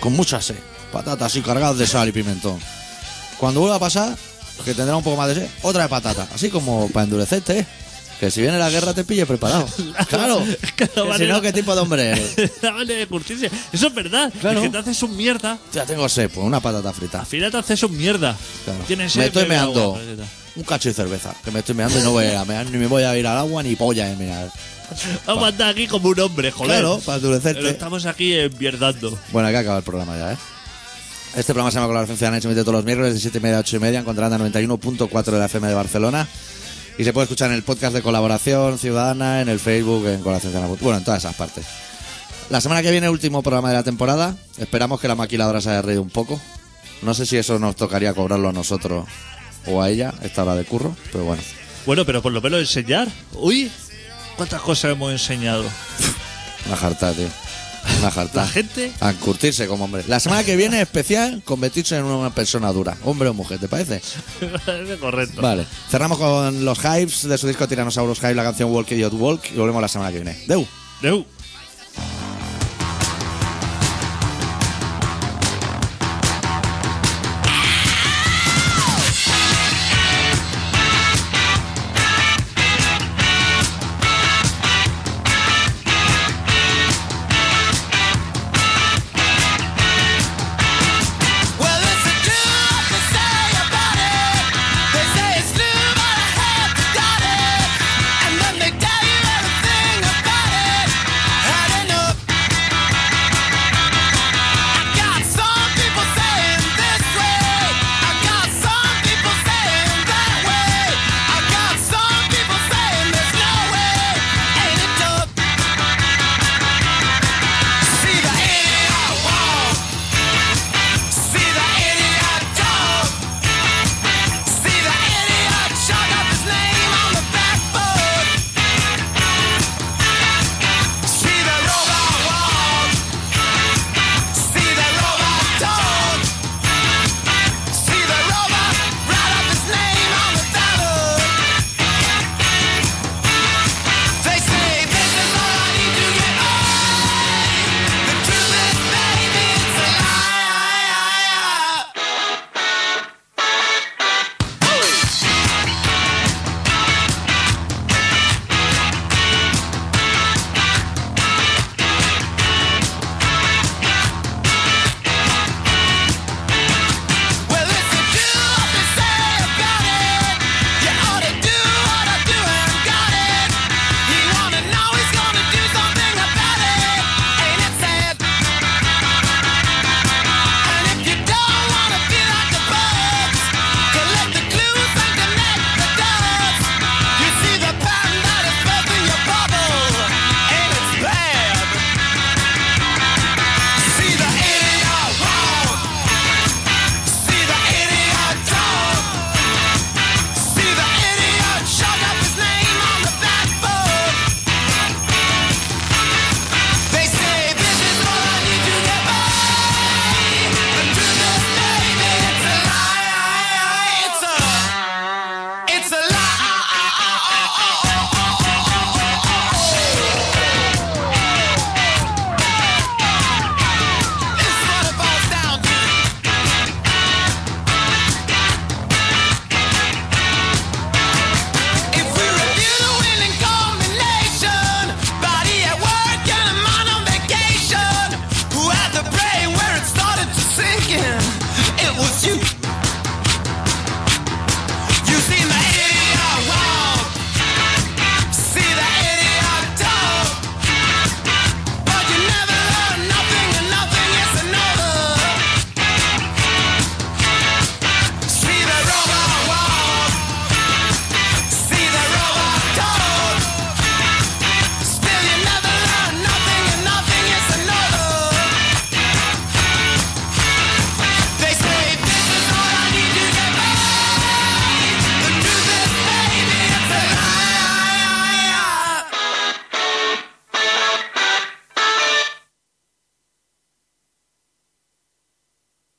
Speaker 1: Con mucha sed. Patatas así cargadas de sal y pimentón. Cuando vuelva a pasar, que tendrá un poco más de sed, otra de patata. Así como para endurecerte, ¿eh? Que si viene la guerra te pille preparado. Claro.
Speaker 2: Es que no
Speaker 1: Que
Speaker 2: vale
Speaker 1: si no,
Speaker 2: nada.
Speaker 1: ¿qué tipo de hombre eres?
Speaker 2: La vale de curtirse. Eso es verdad.
Speaker 1: Claro.
Speaker 2: Es que te haces un mierda.
Speaker 1: Ya tengo sed, pues una patata frita.
Speaker 2: Al final te haces un mierda.
Speaker 1: Claro.
Speaker 2: Tienes
Speaker 1: me
Speaker 2: sed,
Speaker 1: estoy
Speaker 2: bebe
Speaker 1: meando
Speaker 2: agua, paleta.
Speaker 1: un cacho de cerveza. Que me estoy meando y no voy a ir a mear, ni me voy a ir al agua ni polla de mear.
Speaker 2: Vamos a andar aquí como un hombre, joder.
Speaker 1: Claro, para endurecerte.
Speaker 2: Pero estamos aquí envierdando.
Speaker 1: Bueno, hay que acabar el programa ya, ¿eh? Este programa se llama Colaboración Ciudadana y se emite todos los miércoles de 7 y media a 8 y media en Contralanda 91.4 de la FM de Barcelona. Y se puede escuchar en el podcast de Colaboración Ciudadana, en el Facebook, en Colaboración Ciudadana. Bueno, en todas esas partes. La semana que viene, último programa de la temporada. Esperamos que la maquiladora se haya reído un poco. No sé si eso nos tocaría cobrarlo a nosotros o a ella, esta hora de curro, pero bueno.
Speaker 2: Bueno, pero por lo menos enseñar. Uy, cuántas cosas hemos enseñado.
Speaker 1: Una jarta, tío. Una jarta.
Speaker 2: La gente-
Speaker 1: A curtirse como hombre. La semana que viene, especial, convertirse en una persona dura. Hombre o mujer, ¿te parece?
Speaker 2: Me parece correcto.
Speaker 1: Vale. Cerramos con los Hives de su disco Tiranosaurus Hive, la canción Walk Idiot Walk, y volvemos la semana que viene. Deu.
Speaker 2: Deu.